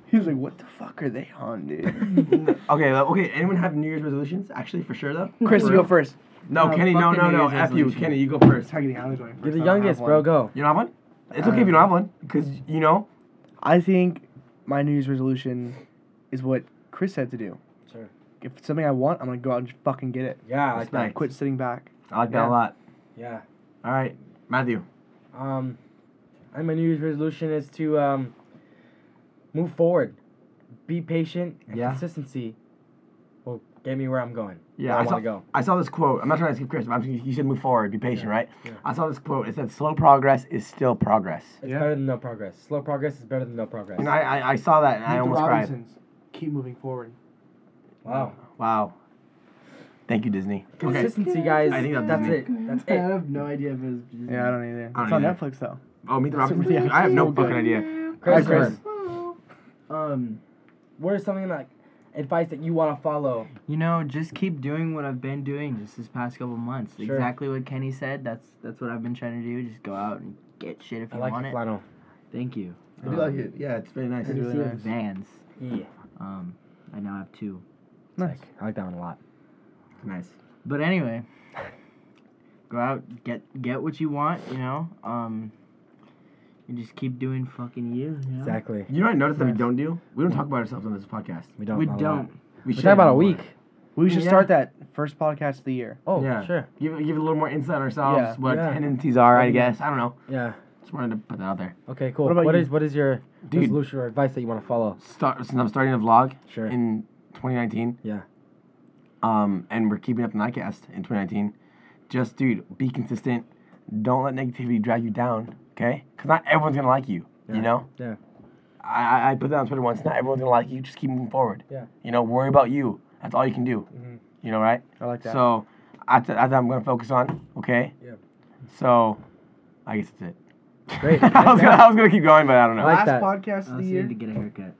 Speaker 3: He's like, what the fuck are they on, dude?
Speaker 1: okay, well, okay. Anyone have New Year's resolutions? Actually, for sure though.
Speaker 3: Chris, you go first.
Speaker 1: No,
Speaker 4: No,
Speaker 1: Kenny, no,
Speaker 4: fucking
Speaker 1: no,
Speaker 4: New
Speaker 1: no.
Speaker 4: Year's
Speaker 1: F you,
Speaker 4: resolution.
Speaker 1: Kenny. You go first.
Speaker 3: You're the
Speaker 2: You're the youngest, bro. Go.
Speaker 1: You don't have one? It's okay if you don't have one, because you know.
Speaker 3: I think my New Year's resolution is what Chris said to do.
Speaker 2: Sure.
Speaker 3: If it's something I want, I'm gonna go out and just fucking get it.
Speaker 2: Yeah, I
Speaker 1: Respect.
Speaker 2: like that.
Speaker 3: Quit sitting back.
Speaker 1: I like that
Speaker 3: Yeah.
Speaker 1: a lot.
Speaker 2: Yeah.
Speaker 1: All right, Matthew.
Speaker 2: Um, and my New Year's resolution is to um, move forward, be patient, and
Speaker 1: Yeah.
Speaker 2: consistency will get me where I'm going.
Speaker 1: Yeah,
Speaker 2: where I,
Speaker 1: I
Speaker 2: want
Speaker 1: saw-
Speaker 2: to go.
Speaker 1: I saw this quote. I'm not trying to skip Chris. But I'm, you should move forward. Be patient, right?
Speaker 2: Yeah.
Speaker 1: I saw this quote. It said, "Slow progress is still progress."
Speaker 2: It's
Speaker 3: Yeah.
Speaker 2: better than no progress. Slow progress is better than no progress.
Speaker 1: And I, I, I saw that and I almost cried.
Speaker 3: Keep moving forward.
Speaker 2: Wow.
Speaker 1: Wow. Thank you, Disney. Okay.
Speaker 2: Consistency, guys.
Speaker 1: I think that
Speaker 2: that's
Speaker 1: Disney-
Speaker 2: it. That's
Speaker 4: I
Speaker 2: it.
Speaker 4: have no idea if it was just.
Speaker 3: Yeah, I don't either.
Speaker 1: I don't
Speaker 3: it's on
Speaker 1: either.
Speaker 3: Netflix though.
Speaker 1: Oh, meet the Robinson.
Speaker 3: Yeah.
Speaker 1: I have no
Speaker 3: So good.
Speaker 1: fucking idea.
Speaker 2: Chris,
Speaker 3: Hi, Chris.
Speaker 4: Um,
Speaker 2: what is something like advice that you want to follow?
Speaker 4: you know, just keep doing what I've been doing just this past couple months.
Speaker 2: Sure.
Speaker 4: Exactly what Kenny said. That's that's what I've been trying to do. Just go out and get shit if
Speaker 2: I
Speaker 4: you
Speaker 2: like
Speaker 4: want
Speaker 2: your
Speaker 4: it.
Speaker 2: flannel.
Speaker 4: Thank you.
Speaker 1: I do like it. Yeah, it's very nice.
Speaker 3: It's really
Speaker 4: See you at
Speaker 3: nice.
Speaker 4: Vans.
Speaker 2: Yeah.
Speaker 4: Um, I now have two.
Speaker 3: Nice.
Speaker 2: I like that one a lot.
Speaker 1: Nice.
Speaker 4: But *laughs* anyway, go out, get get what you want, you know. Um, and just keep doing fucking you. you know?
Speaker 2: Exactly.
Speaker 1: You know what I noticed that we
Speaker 3: Nice.
Speaker 1: don't do? We don't talk about ourselves on this podcast.
Speaker 2: We don't.
Speaker 4: We
Speaker 2: a lot.
Speaker 4: don't.
Speaker 1: We
Speaker 2: We
Speaker 1: should
Speaker 2: talk about a
Speaker 1: more.
Speaker 2: week.
Speaker 3: We should
Speaker 1: Yeah.
Speaker 3: start that first podcast of the year.
Speaker 2: Oh,
Speaker 1: Yeah.
Speaker 2: sure.
Speaker 1: Give, give a little more insight on ourselves,
Speaker 3: Yeah.
Speaker 1: what
Speaker 2: Yeah.
Speaker 1: tendencies are, I
Speaker 2: Maybe.
Speaker 1: guess. I don't know.
Speaker 2: Yeah.
Speaker 1: Just wanted to put that out there.
Speaker 2: Okay, cool.
Speaker 3: What about
Speaker 2: what
Speaker 3: you?
Speaker 2: is what is your
Speaker 1: Dude.
Speaker 2: resolution or advice that you want to follow?
Speaker 1: Start since I'm starting a vlog
Speaker 2: Sure.
Speaker 1: in 2019.
Speaker 2: Yeah.
Speaker 1: Um, and we're keeping up the nightcast in 2019. Just, dude, be consistent. Don't let negativity drag you down, okay? Because not everyone's gonna like you.
Speaker 2: Yeah.
Speaker 1: You know,
Speaker 2: Yeah.
Speaker 1: I, I- I put that on Twitter once. Not everyone's gonna like you. Just keep moving forward.
Speaker 2: Yeah.
Speaker 1: You know, worry about you. That's all you can do.
Speaker 2: Mhm.
Speaker 1: You know, right?
Speaker 3: I like that.
Speaker 1: So, that's that's what I'm gonna focus on. Okay.
Speaker 2: Yeah.
Speaker 1: So, I guess that's it. *laughs*
Speaker 2: Great.
Speaker 1: I, was gonna, I was gonna keep going, but I don't know.
Speaker 2: I like
Speaker 3: Last
Speaker 2: that.
Speaker 3: podcast of the
Speaker 4: honestly, I
Speaker 3: year.
Speaker 4: need to get a haircut.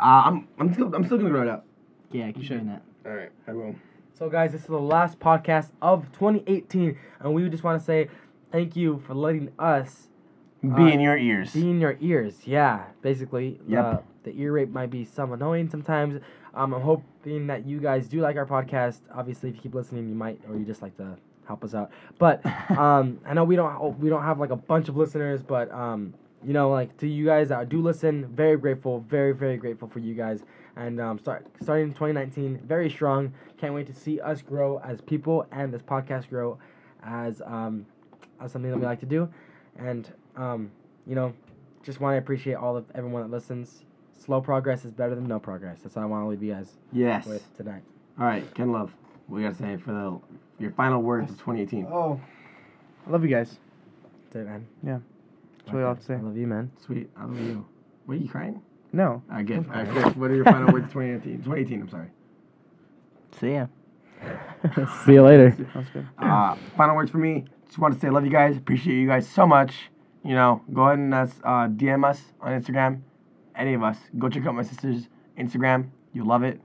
Speaker 1: Uh, I'm I'm still I'm still gonna grow it up.
Speaker 4: Yeah, keep doing that.
Speaker 1: All right, I will.
Speaker 2: So guys, this is the last podcast of 2018, and we just want to say Thank you for letting us
Speaker 1: Be
Speaker 2: Uh,
Speaker 1: in your ears. *laughs*
Speaker 2: be in your ears. Yeah, basically.
Speaker 1: Yep.
Speaker 2: Uh, the ear rape might be some annoying sometimes. Um, I'm hoping that you guys do like our podcast. Obviously, if you keep listening, you might, or you just like to help us out. But um, I know we don't oh, we don't have like a bunch of listeners, but um, you know, like to you guys that do listen, very grateful, very very grateful for you guys. And um, start starting 2019 very strong. Can't wait to see us grow as people and this podcast grow as um, as something that we like to do. And um, you know, just want to appreciate all of everyone that listens. Slow progress is better than no progress. That's what I want to leave you guys
Speaker 1: yes.
Speaker 2: with tonight.
Speaker 1: All right, Ken Love. What you gotta say for the your final words of 2018?
Speaker 3: Oh, I love you guys.
Speaker 2: That's it, man.
Speaker 3: That's what I have to say.
Speaker 2: I love you, man. *laughs*
Speaker 1: Sweet. I love you. What are you crying?
Speaker 3: No.
Speaker 1: I get. I get. What are your final words? 2018. 2018. I'm sorry.
Speaker 4: See ya.
Speaker 2: See you
Speaker 3: *laughs*
Speaker 2: later.
Speaker 3: That's good.
Speaker 1: Uh, final words for me. Just want to say I love you guys. Appreciate you guys so much. You know, go ahead and uh, s- uh, DM us on Instagram. Any of us. Go check out my sister's Instagram. You love it.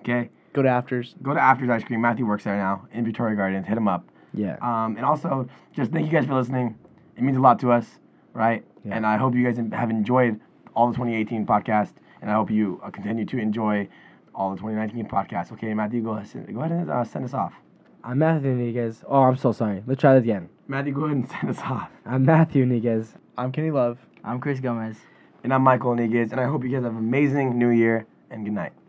Speaker 1: Okay.
Speaker 3: Go to afters.
Speaker 1: Go to After's Ice Cream. Matthew works there now in Victoria Gardens. Hit him up.
Speaker 2: Yeah.
Speaker 1: Um, and also, just thank you guys for listening. It means a lot to us, right?
Speaker 2: Yeah.
Speaker 1: And I hope you guys have enjoyed all the 2018 podcast, and I hope you uh, continue to enjoy all the 2019 podcasts. Okay, Matthew, go ahead, send- go ahead and uh, send us off.
Speaker 2: I'm Matthew Niguez. Oh, I'm so sorry. Let's try that again.
Speaker 1: Matthew, go ahead and *laughs* send us off.
Speaker 2: I'm Matthew Niguez.
Speaker 3: I'm Kenny Love.
Speaker 4: I'm Chris Gomez.
Speaker 1: And I'm Michael Niguez, and I hope you guys have an amazing new year, and good night.